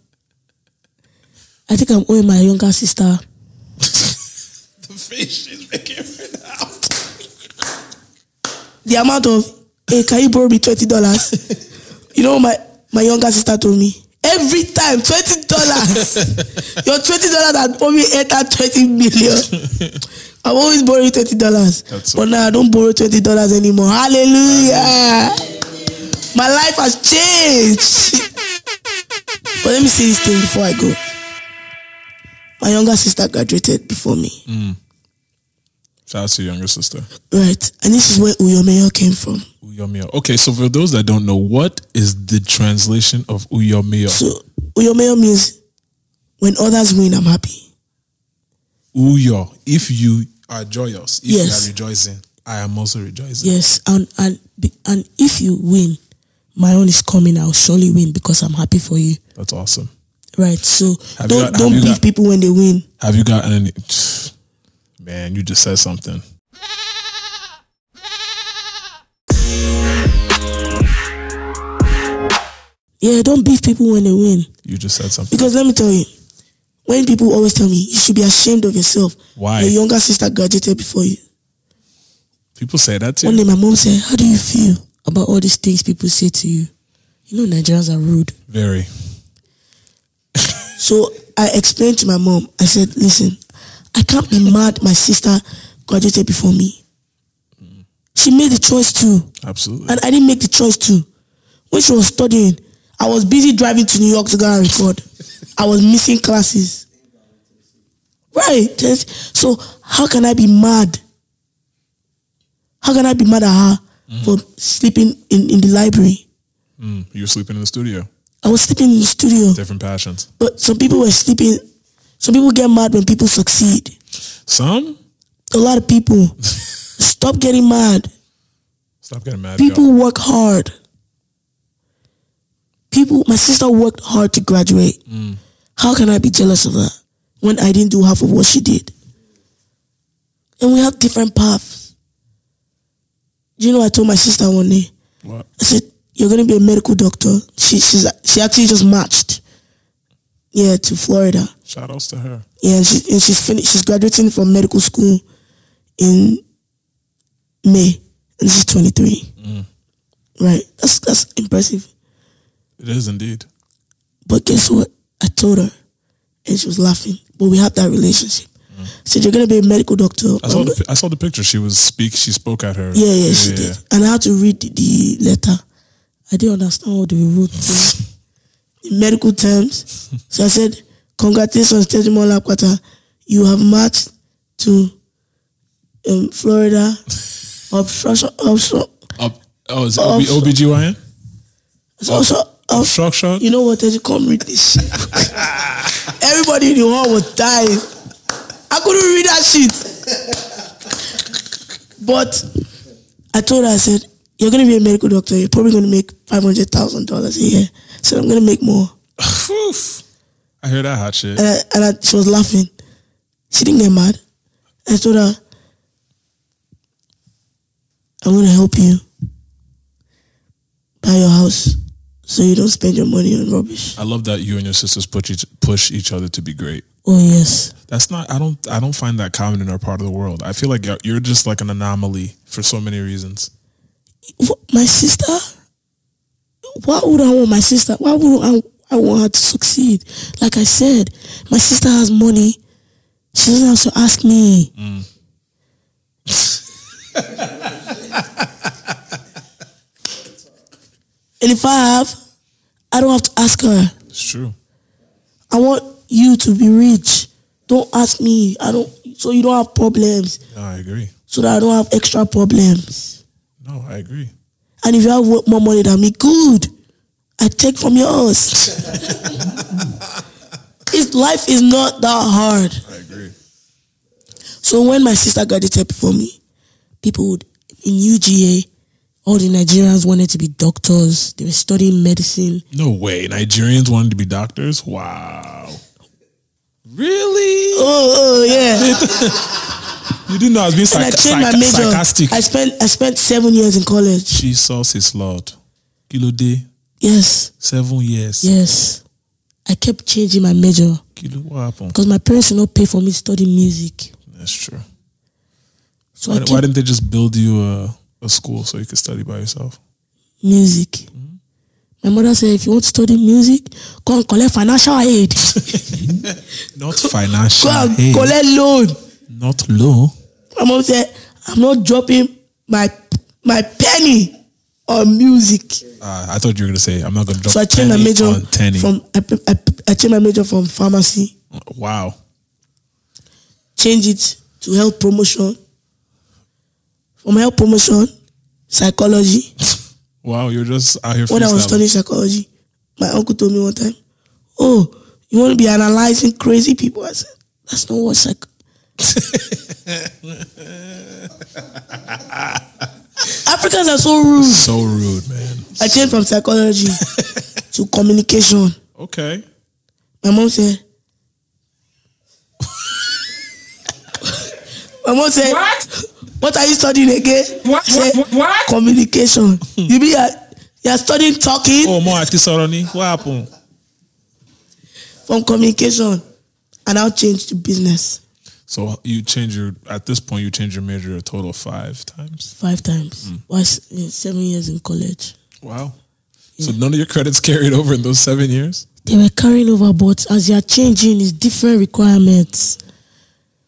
A: I think I'm owing my younger sister.
B: the face she's making right now.
A: the amount of hey can you borrow me twenty dollars you know my my younger sister told me every time twenty dollars your twenty dollars had probably entered twenty million i'm always borrowing twenty dollars
B: That's
A: but
B: okay.
A: now i don't borrow twenty dollars anymore hallelujah my life has changed but let me say this thing before i go my younger sister graduated before me
B: Shout out to your younger sister.
A: right and this is where uyomeyo came from
B: Uyomio. Okay, so for those that don't know, what is the translation of Uyomio?
A: So Uyomeyo means when others win, I'm happy.
B: Uyo. If you are joyous, if
A: Yes.
B: you are rejoicing, I am also rejoicing.
A: Yes, and and be- and if you win, my own is coming. I'll surely win because I'm happy for you.
B: That's awesome.
A: Right. So
B: Have you
A: don't
B: got- have
A: don't
B: you
A: beef
B: got-
A: people when they win.
B: Have you gotten any? Man, you just said something.
A: Yeah, don't beef people when they win.
B: You just said something.
A: Because let me tell you, when people always tell me you should be ashamed of yourself.
B: Why?
A: Your younger sister graduated before you.
B: People say that too.
A: One day my mom said, How do you feel about all these things people say to you? You know Nigerians are rude.
B: Very.
A: So I explained to my mom, I said, listen, I can't be mad my sister graduated before me. She made the choice too.
B: Absolutely.
A: And I didn't make the choice too. When she was studying, I was busy driving to New York to go and record. I was missing classes. Right. just- So how can I be mad? How can I be mad at her for sleeping in, in the library?
B: Mm, you were sleeping in the studio.
A: I was sleeping in the studio.
B: Different passions.
A: But some people were sleeping. Some people get mad when people succeed.
B: Some
A: A lot of people stop getting mad.
B: stop getting mad.
A: People
B: y'all.
A: work hard. People, my sister worked hard to graduate. How can I be jealous of her when I didn't do half of what she did? And we have different paths. You know, I told my sister one day,
B: What?
A: I said, "You're gonna be a medical doctor." She she's she actually just marched, yeah, to Florida.
B: Shout outs to her.
A: Yeah, and, she, and she's finished. She's graduating from medical school in May, and she's 23. Right? That's that's impressive.
B: It is indeed.
A: But guess what? I told her, and she was laughing. But we have that relationship. I said you're gonna be a medical doctor.
B: I saw
A: I'm
B: the,
A: go-
B: I saw the picture. She was speak. She spoke at her.
A: yeah, yeah, she did. And I had to read the, the letter. I didn't understand what they wrote in, in medical terms. So I said, Congratulations, Tejimola Akwata. You have marched to um, Florida. Obstruction, obstruction,
B: Ob- oh, is it OB,
A: Obstru-
B: OBGYN?
A: obstruction, obstruction.
B: Obstruction?
A: You know what, Teji? Come read this. shit. Everybody in the hall was dying. I couldn't read that shit. But I told her, I said, you're going to be a medical doctor. You're probably going to make $500,000 a year. I said, I'm going to make more.
B: Oof. I hear that hot shit.
A: And, I, and I, she was laughing. She didn't get mad. I told her, I'm going to help you buy your house so you don't spend your money on rubbish.
B: I love that you and your sisters push each, push each other to be great.
A: Oh, yes.
B: That's not. I don't. I don't find that common in our part of the world. I feel like you're- you're just like an anomaly for so many reasons.
A: Wha- my sister why would i want my sister why would I, I want her to succeed like i said my sister has money she doesn't have to ask me and if i have i don't have to ask her
B: It's true.
A: i want you to be rich don't ask me i don't so you don't have problems
B: No, I agree.
A: so that i don't have extra problems
B: No, I agree.
A: And if you have wo- more money than me, good. I take from yours. it's, life is not that hard.
B: I agree.
A: So when my sister graduated before me, people would, in UGA, all the Nigerians wanted to be doctors. They were studying medicine.
B: No way. Nigerians wanted to be doctors. Wow. Really?
A: Oh, oh yeah.
B: You didn't know I was being
A: And I
B: sarca-
A: changed my
B: sarca-
A: major.
B: sarcastic.
A: I spent I spent seven years in college.
B: Jesus is Lord. Kilo day,
A: Yes,
B: seven years.
A: yes. I kept changing my major
B: Kilo, what happened?
A: because my parents did not pay for me to study music.
B: That's true.
A: So
B: Why,
A: I
B: why
A: kept
B: didn't they just build you a, a school so you could study by yourself?
A: music. My mother said, if you want to study music, go and collect financial aid.
B: Not financial.
A: Go and
B: aid,
A: collect loan.
B: Not low.
A: My mom said, I'm not dropping my my penny on music.
B: Uh, I thought you were gonna say I'm not gonna drop.
A: So I changed my
B: penny
A: major
B: on tenny.
A: from I, I, I changed my major from pharmacy,
B: wow.
A: change it to health promotion. From health promotion, psychology.
B: Wow, you're just out here.
A: When I was
B: freestyling.
A: studying psychology, my uncle told me one time, "Oh, you want to be analyzing crazy people?" I said, "That's not what psych." Africans are so rude.
B: so rude, man.
A: I changed from psychology to communication.
B: Okay.
A: My mom said. My mom said,
E: What?
A: What are you studying again?
E: What?
A: I said,
E: What? What?
A: Communication. you mean you're, you're studying talking
B: Oh, more at this already. What happened?
A: from communication? And I'll change to business
B: So you change your at this point you change your major a total of five times.
A: five
B: Hmm.
A: times. Was in seven years in college.
B: Wow. So none of your credits carried over in those seven years.
A: They were carrying over, but as you are changing, it's different requirements.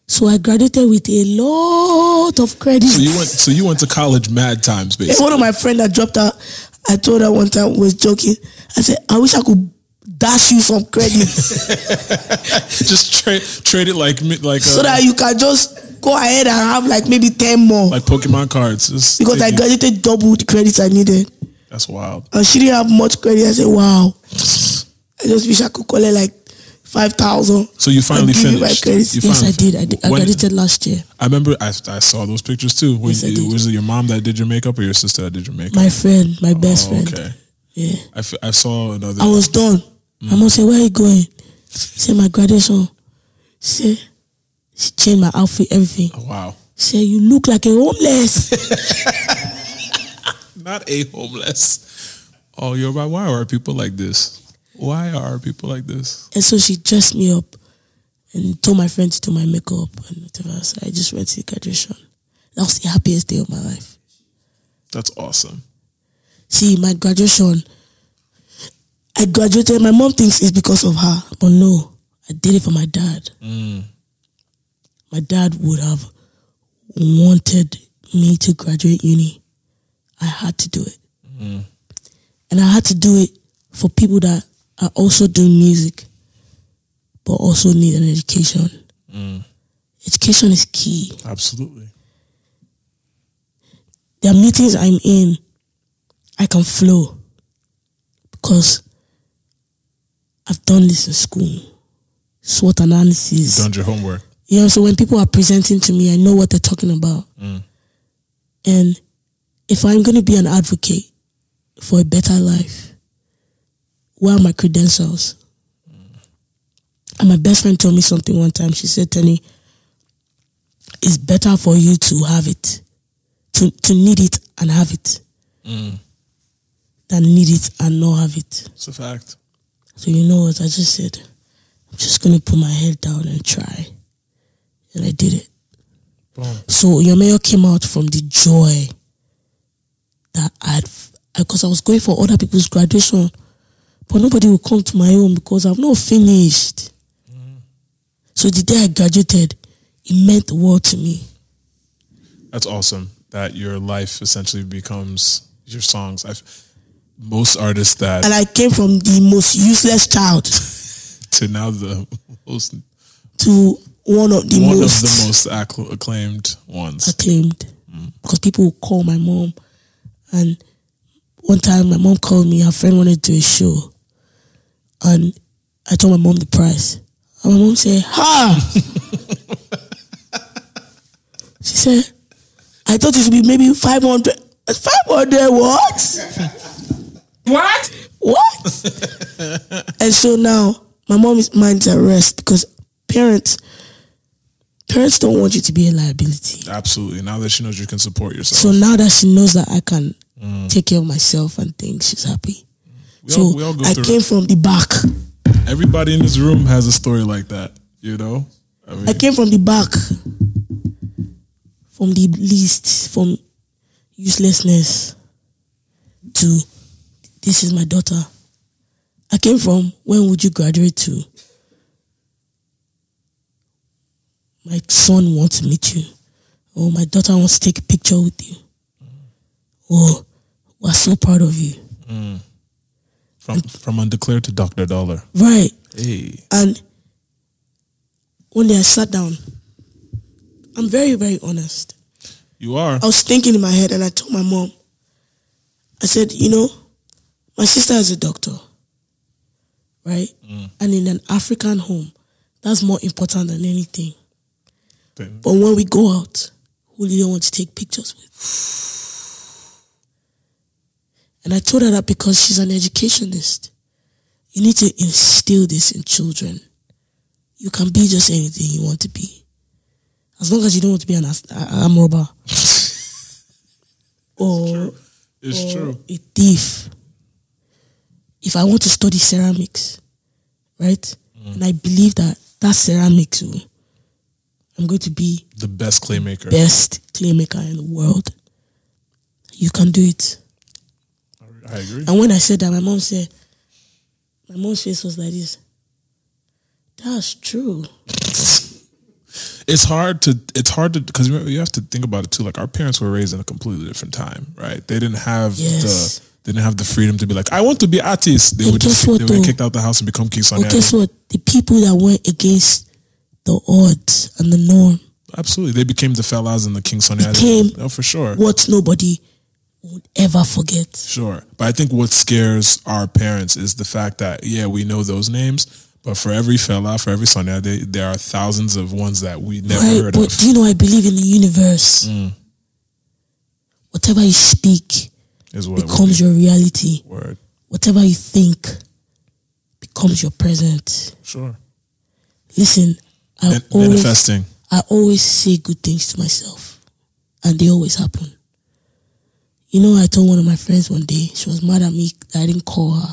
A: So I graduated with a lot of credits.
B: So you went. So you went to college mad times,
A: Hey,
B: basically.
A: one of my friend that dropped out, I told her one time was joking. I said, I wish I could dash you some credit
B: Just trade trade it like mi- like uh,
A: so that you can just go ahead and have like maybe ten more.
B: like Pokemon cards. Just
A: because I
B: take it.
A: graduated double the credits I needed.
B: that's wild.
A: And she didn't have much credit. I said, Wow. I just wish I could collect like five thousand.
B: So you finally
A: give you my
B: finished.
A: credits.
B: You
A: yes, I
B: finally
A: did. I
B: fin-
A: did. I
B: When-
A: graduated last year.
B: I remember I, I saw those pictures too. When
A: Yes, I
B: you-
A: did.
B: was it your mom that did your makeup or your sister that did your makeup?
A: My friend, my best
B: Oh,
A: friend.
B: okay.
A: Yeah.
B: I, f- I saw another.
A: I was done. My mom said, Where are you going? She said, My graduation. She said, She changed my outfit, everything.
B: wow.
A: She said, You look like a homeless.
B: Not a homeless. Oh, you're right. Why are people like this? Why are people like this?
A: and so she dressed me up and told my friend to do my makeup and whatever. So I just went to the graduation. That was the happiest day of my life.
B: That's awesome.
A: See, my graduation, I graduated. My mom thinks it's because of her, but no, I did it for my dad. My dad would have wanted me to graduate uni. I had to do it. And I had to do it for people that are also doing music, but also need an education. Education is key
B: Absolutely.
A: there are meetings I'm in, I can flow because I've done this in school. SWOT analysis.
B: Done your homework.
A: You know, so when people are presenting to me, I know what they're talking about. And if I'm going to be an advocate for a better life, where are my credentials? And my best friend told me something one time. She said, Tenny, it's better for you to have it, to, to need it and have it, than need it and not have it.
B: It's a fact.
A: So you know what I just said? I'm just gonna put my head down and try. And I did it.
B: Boom.
A: So your mayor came out from the joy that I'd because I was going for other people's graduation, but nobody would come to my own because I've not finished.
B: Mm.
A: So the day I graduated, it meant the world to me.
B: That's awesome. That your life essentially becomes your songs. I've most artists that
A: And I came from the most useless child
B: to now the most
A: to one of the
B: one
A: most
B: of the most acc- acclaimed ones.
A: acclaimed because people would call my mom. And one time, my mom called me. Her friend wanted to do a show, and I told my mom the price. And my mom said, "Ha!" she said, "I thought it should be maybe five hundred. Five hundred what?
E: What?
A: What?" and so now my mom's mind's at rest because parents parents don't want you to be a liability.
B: Absolutely. Now that she knows you can support yourself.
A: So now that she knows that I can take care of myself and things, she's happy.
B: Mm. we,
A: so
B: all, we all go
A: I
B: through
A: came from the back.
B: it. Everybody in this room has a story like that, you know? I mean,
A: I came from the back, from the least, from uselessness to this is my daughter. I came from when would you graduate to? My son wants to meet you. Or my daughter wants to take a picture with you. Or we're so proud of you.
B: from, from undeclared to Dr. Dollar.
A: Right.
B: Hey.
A: And one day I sat down. I'm very, very honest.
B: You are.
A: I was thinking in my head and I told my mom, I said, you know, my sister is a doctor, right? And in an African home, that's more important than anything.
B: Then-
A: But when we go out, who do you want to take pictures with? And I told her that because she's an educationist. You need to instill this in children. You can be just anything you want to be. As long as you don't want to be an as- a- arm robber or,
B: It's
A: or
B: true.
A: a thief. If I want to study ceramics, right? And I believe that that ceramics, will- I'm going to be
B: The best claymaker.
A: best claymaker in the world. You can do it.
B: I agree.
A: And when I said that, my mom said, my mom's face was like this. That's true.
B: it's hard to it's hard to because you have to think about it too. Like our parents were raised in a completely different time, right? They didn't have
A: Yes.
B: the they didn't have the freedom to be like, I want to be artist. They
A: And
B: would just
A: guess what,
B: they would get
A: though?
B: kicked out the house and become King
A: But
B: Sunny.
A: guess what? The people that went against the odds and the norm,
B: Absolutely, they became the fellas and the King Sunny. Island.
A: Became-
B: no, for sure,
A: what nobody would ever forget.
B: sure. But I think what scares our parents is the fact that yeah, we know those names, but for every fella, for every Sunny, they, there are thousands of ones that we never
A: Right?
B: heard
A: But
B: of. Mm.
A: do you know I believe in the universe? Whatever you speak
B: Is what it would
A: becomes your reality.
B: be. word.
A: Whatever you think becomes your present.
B: Sure,
A: Listen, I
B: Man-
A: always
B: manifesting.
A: I always say good things to myself, and they always happen. You know, I told one of my friends one day, she was mad at me that I didn't call her.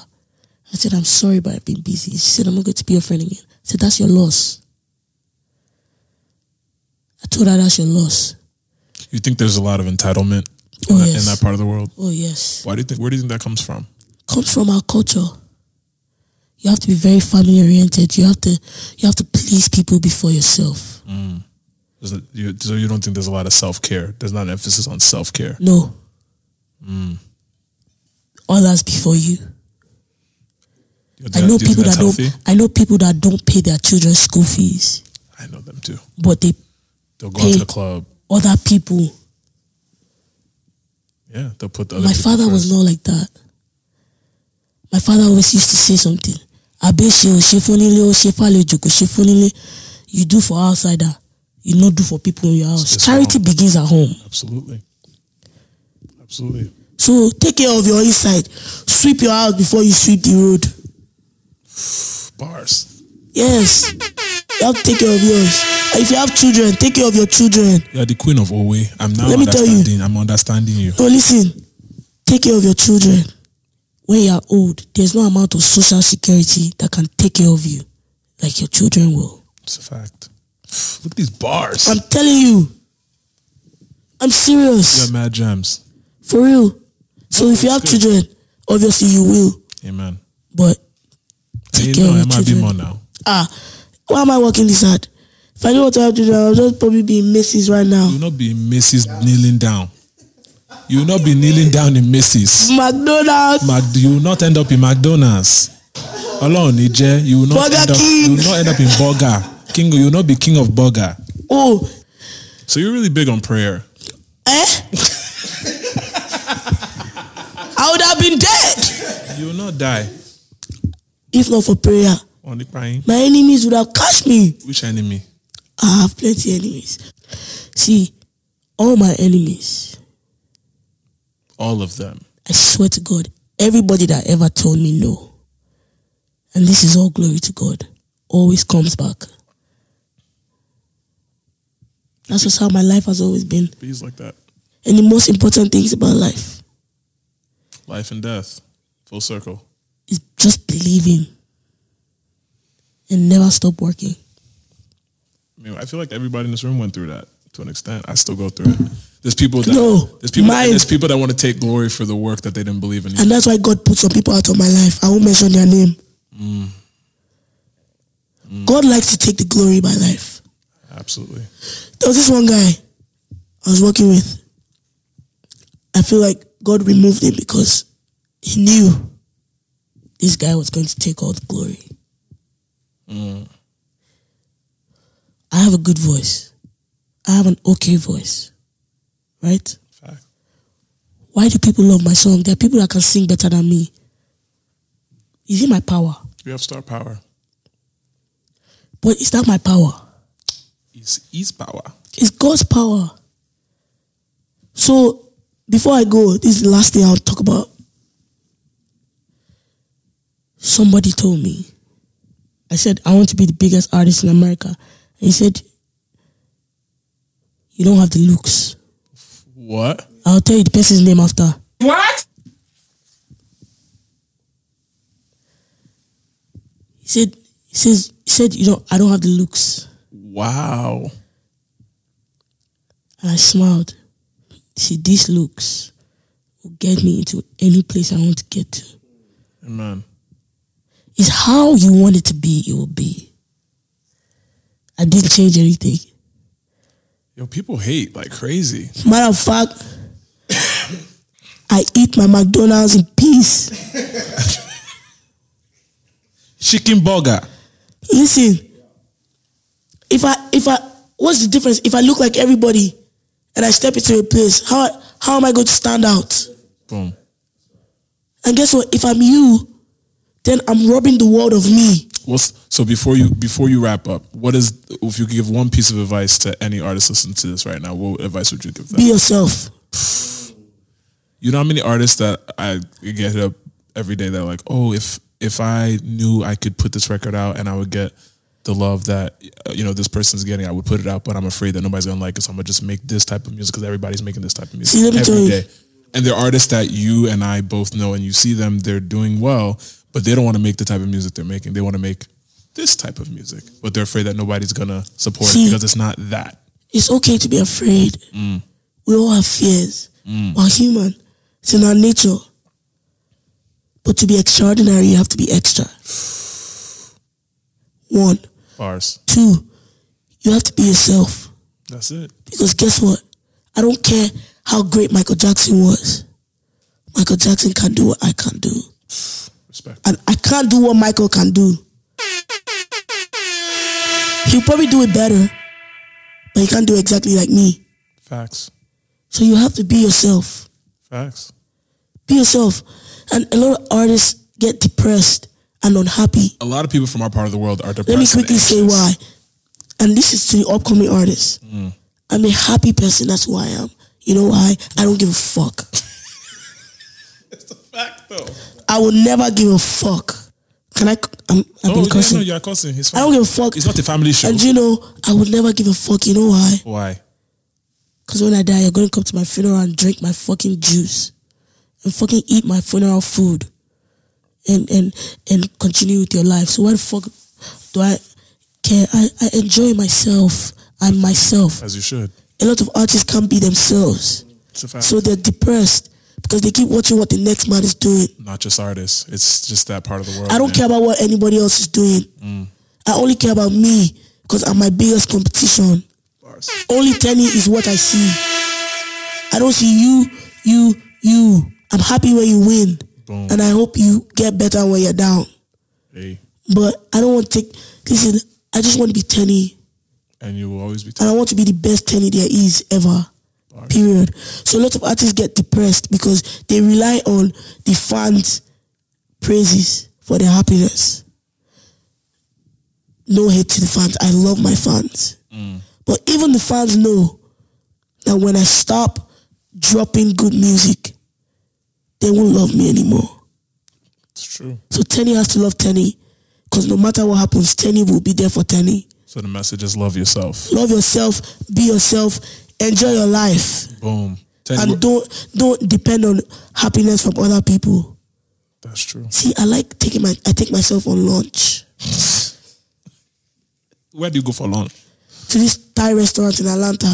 A: I said, I'm sorry, but I've been busy. She said, I'm not going to be your friend again. I said, That's your loss. I told her that's your loss.
B: You think there's a lot of entitlement
A: Oh,
B: in, that, in
A: yes.
B: that part of the world?
A: Oh, yes.
B: Why do you think? Where do you think that comes from?
A: Comes from our culture. You have to be very family oriented. You have to you have to please people before yourself.
B: Is it- you- so you don't think there's a lot of self care? There's not an emphasis on self care.
A: No. Others before you. I know people that don't. I know people that don't pay their children's school fees,
B: I know them too.
A: but they
B: They'll go out to
A: Hey.
B: the club.
A: other people.
B: Yeah, they'll put the other.
A: My
B: people
A: father was
B: first.
A: not like that. My father always used to say something. Abe ṣe o ṣe fúnilé o ṣe fàlejò kò ṣe fúnilé. You do for outsider, you not do for people in your house.
B: It's
A: Charity
B: wrong.
A: begins at home.
B: absolutely, absolutely
A: So take care of your inside. Sweep your house before you sweep the road.
B: bars.
A: Yes, you have to take care of yours. And If you have children, take care of your children.
B: You are the queen of Owe. I'm now
A: Let me tell you.
B: understanding. I'm understanding you.
A: No, listen. Take care of your children. When you are old, there's no amount of social security that can take care of you like your children will.
B: It's a fact. Look at these bars.
A: I'm telling you. I'm
B: you
A: serious.
B: are mad gems.
A: For real. So if you have
B: good.
A: children, obviously you will.
B: Amen.
A: But
B: And
A: take
B: you
A: care
B: know,
A: of
B: I
A: your
B: might be
A: children.
B: more now.
A: Ah, why am I working this hard? If I didn't want to have children, I would just probably be in Macy's right now.
B: You will not be Mrs. Kneeling down. You will not be kneeling down in Mrs.
A: McDonald's.
B: Mac, you will not end up in McDonald's. Ọlọ́run ní jẹ́, you will not
A: Burger
B: end up,
A: King.
B: you will not end up in burger. King, you will not be king of burger.
A: oh,
B: So you're really big on prayer.
A: eh? I would have been dead
B: You will not die.
A: if not for prayer.
B: Ó ní pààyàn.
A: My enemies would have catch me.
B: Which enemy?
A: I have plenty enemies. See, all my enemies,
B: All of them.
A: I swear to God, everybody that ever told me no, and this is all glory to God, always comes back. That's just how my life has always been.
B: Bees like that.
A: And the most important things about life
B: Life and death. Full circle.
A: is just believing and never stop working.
B: I mean, I feel like everybody in this room went through that to an extent. I still go through it. There's people that
A: No,
B: there's people
A: mine-
B: there's people that want to take glory for the work that they didn't believe in.
A: And that's why God put some people out of my life. I won't mention their name. God likes to take the glory by life.
B: Absolutely.
A: There was this one guy I was working with. I feel like God removed him because he knew this guy was going to take all the glory. I have a good voice. I have an okay voice. Right?
B: Fact.
A: Why do people love my song? There are people that can sing better than me. Is it my power?
B: You have star power.
A: But is that my power?
B: It's East power.
A: It's God's power. So before I go, this is the last thing I'll talk about. Somebody told me. I said, I want to be the biggest artist in America. And he said, You don't have the looks.
B: What?
A: I'll tell you the person's name after.
E: What?
A: He said, he says, he said, you know, I don't have the looks.
B: Wow.
A: And I smiled. See, these looks will get me into any place I want to get to.
B: Amen.
A: It's how you want it to be, it will be. I didn't change anything.
B: Yo, people hate like crazy.
A: Matter of fact, I eat my McDonald's in peace.
B: Chicken burger.
A: Listen, if I if I what's the difference if I look like everybody and I step into a place, how how am I going to stand out?
B: Boom.
A: And guess what? If I'm you, then I'm robbing the world of me.
B: What's so before you before you wrap up, what is if you could give one piece of advice to any artist listening to this right now, what advice would you give them?
A: Be yourself.
B: You know how many artists that I get hit up every day that are like, oh, if if I knew I could put this record out and I would get the love that uh, you know this person's getting, I would put it out. But I'm afraid that nobody's gonna like it, so I'm gonna just make this type of music because everybody's making this type of music
A: See, let me tell
B: every
A: you.
B: day. And they're artists that you and I both know, and you see them, they're doing well, but they don't want to make the type of music they're making. They want to make this type of music, but they're afraid that nobody's gonna support
A: See.
B: it because it's not that.
A: It's okay to be afraid. We all have fears. We're human. It's in our nature. But to be extraordinary, you have to be extra. One.
B: Bars.
A: Two, you have to be yourself.
B: That's it.
A: Because guess what? I don't care how great Michael Jackson was. Michael Jackson can do what I can do.
B: Respect.
A: And I can't do what Michael can do. He'll probably do it better, but he can't do exactly like me.
B: Facts.
A: So you have to be yourself.
B: Facts.
A: Be yourself. And a lot of artists get depressed and unhappy.
B: a lot of people from our part of the world are depressed.
A: Let me
B: and
A: quickly say
B: anxious.
A: why. And this is to the upcoming artists.
B: Mm.
A: I'm a happy person. That's who I am. You know why? I don't give a fuck.
B: It's a fact, though.
A: I will never give a fuck. Can I? I'm, I've
B: Oh,
A: been
B: yeah,
A: cussing.
B: no, you're cussing. It's
A: I
B: fine.
A: don't give a fuck.
B: It's not a family show.
A: And you know, I would never give a fuck. You know why?
B: Why?
A: Because when I die, you're going to come to my funeral and drink my fucking juice and fucking eat my funeral food and, and, and continue with your life. So why the fuck do I care? I, I enjoy myself. I'm myself.
B: As you should.
A: A lot of artists can't be themselves.
B: It's a fact.
A: So they're depressed because they keep watching what the next man is doing.
B: not just artists. It's just that part of the world.
A: I don't
B: man.
A: care about what anybody else is doing. I only care about me because I'm my biggest competition. Only Tenny is what I see. I don't see you, you, you. I'm happy when you win,
B: Boom.
A: and I hope you get better when you're down.
B: Hey,
A: But I don't want to take. Listen, I just want to be Tenny,
B: and you will always be.
A: and I want to be the best Tenny there is ever. Period. So a lot of artists get depressed because they rely on the fans' praises for their happiness. No hate to the fans. I love my fans. But even the fans know that when I stop dropping good music, they won't love me anymore.
B: it's true.
A: So Tenny has to love Tenny because no matter what happens, Tenny will be there for Tenny.
B: So the message is love yourself.
A: Love yourself, be yourself, enjoy your life,
B: Boom. Ten wo-
A: and don't don't depend on happiness from other people.
B: That's true.
A: See, I like taking my I take myself on lunch
B: Where do you go for lunch?
A: to this Thai restaurant in Atlanta,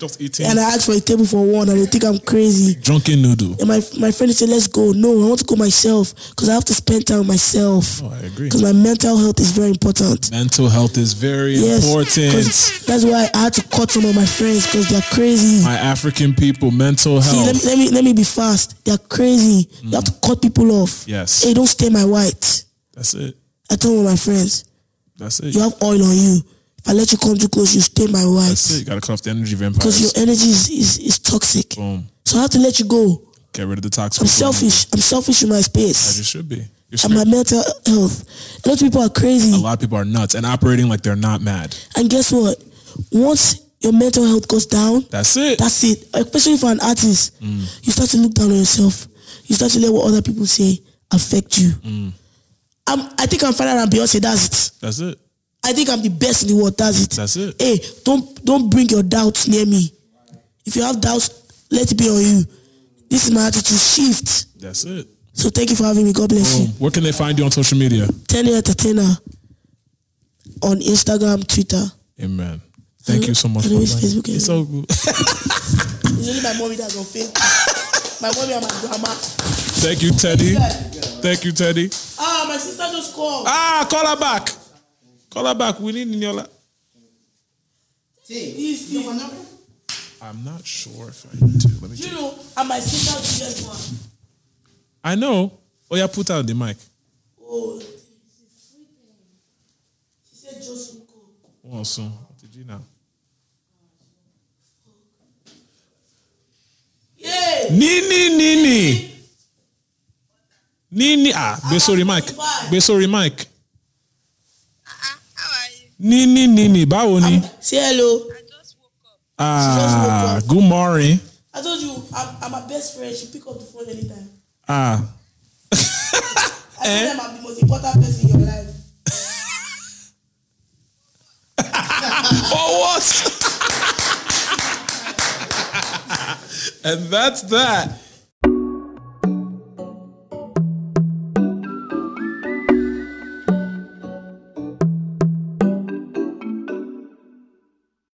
B: Just eating
A: and I ask for a table for one, and they think I'm crazy.
B: drunken noodle.
A: And my my friend said, "Let's go." No, I want to go myself because I have to spend time with myself
B: Oh, I agree.
A: because my mental health is very important.
B: Mental health is very
A: Yes,
B: important.
A: 'cause that's why I had to cut some of my friends because they're crazy.
B: My African people, mental
A: See,
B: health.
A: let me, let me let me be fast. They're crazy. You have to cut people off.
B: Yes.
A: Hey, don't stay my white.
B: That's it.
A: I told one of my friends,
B: That's it.
A: you have oil on you. If I let you come too close, you stay my
B: That's it.
A: white.
B: You gotta cut off the energy
A: Because your
B: vampires.
A: energy is, is, is toxic.
B: Boom.
A: So I have to let you go.
B: Get rid of the toxic.
A: I'm
B: people.
A: selfish. I'm selfish in my
B: As
A: space.
B: you should be. Your
A: And my
B: spirit-
A: mental health. A lot of people are crazy.
B: a lot of people are nuts and operating like they're not mad.
A: And guess what? Once your mental health goes down,
B: That's it.
A: that's it. Especially for an artist,
B: Mm.
A: you start to look down on yourself. You start to let what other people say affect you.
B: Mm.
A: I'm, I think I'm finer than Beyonce. That's it.
B: That's it.
A: I think I'm the best in the world. That's it.
B: That's it.
A: Hey, don't don't bring your doubts near me. If you have doubts, let it be on you. This is my attitude shift.
B: That's it.
A: So thank you for having me. God bless
B: Boom.
A: you.
B: Where can they find you on social media?
A: Tenny Entertainer on Instagram, Twitter.
B: Amen. Thank you so much.
A: I
B: for
A: don't use
B: that.
A: Facebook
B: It's so good.
A: It's only my mommy that's on Facebook. my mommy and my grandma.
B: Thank you, Teddy. Thank you, Teddy.
A: Ah, my sister just called.
B: Ah, call her back. Call her back. We need Ninola.
A: This, this.
B: I'm not sure if I need to. Let me
A: You
B: check.
A: know, and my sister just one.
B: I know. Oh yeah, put out the mic.
A: Oh. She said just call.
B: Oh, soon. What Did you now?
A: Yeah.
B: Nini Nini. Nini ah, be sorry, Mike. Be sorry, Mike.
F: How are you?
B: Nini Nini. Báwo ni?
A: Say hello.
F: I just woke up.
B: Ah, good morning.
A: I told you, I'm, I'm my best friend. She pick up the phone anytime.
B: Ah,
A: I told them I'm the most important person in your life.
B: for what? and that's that.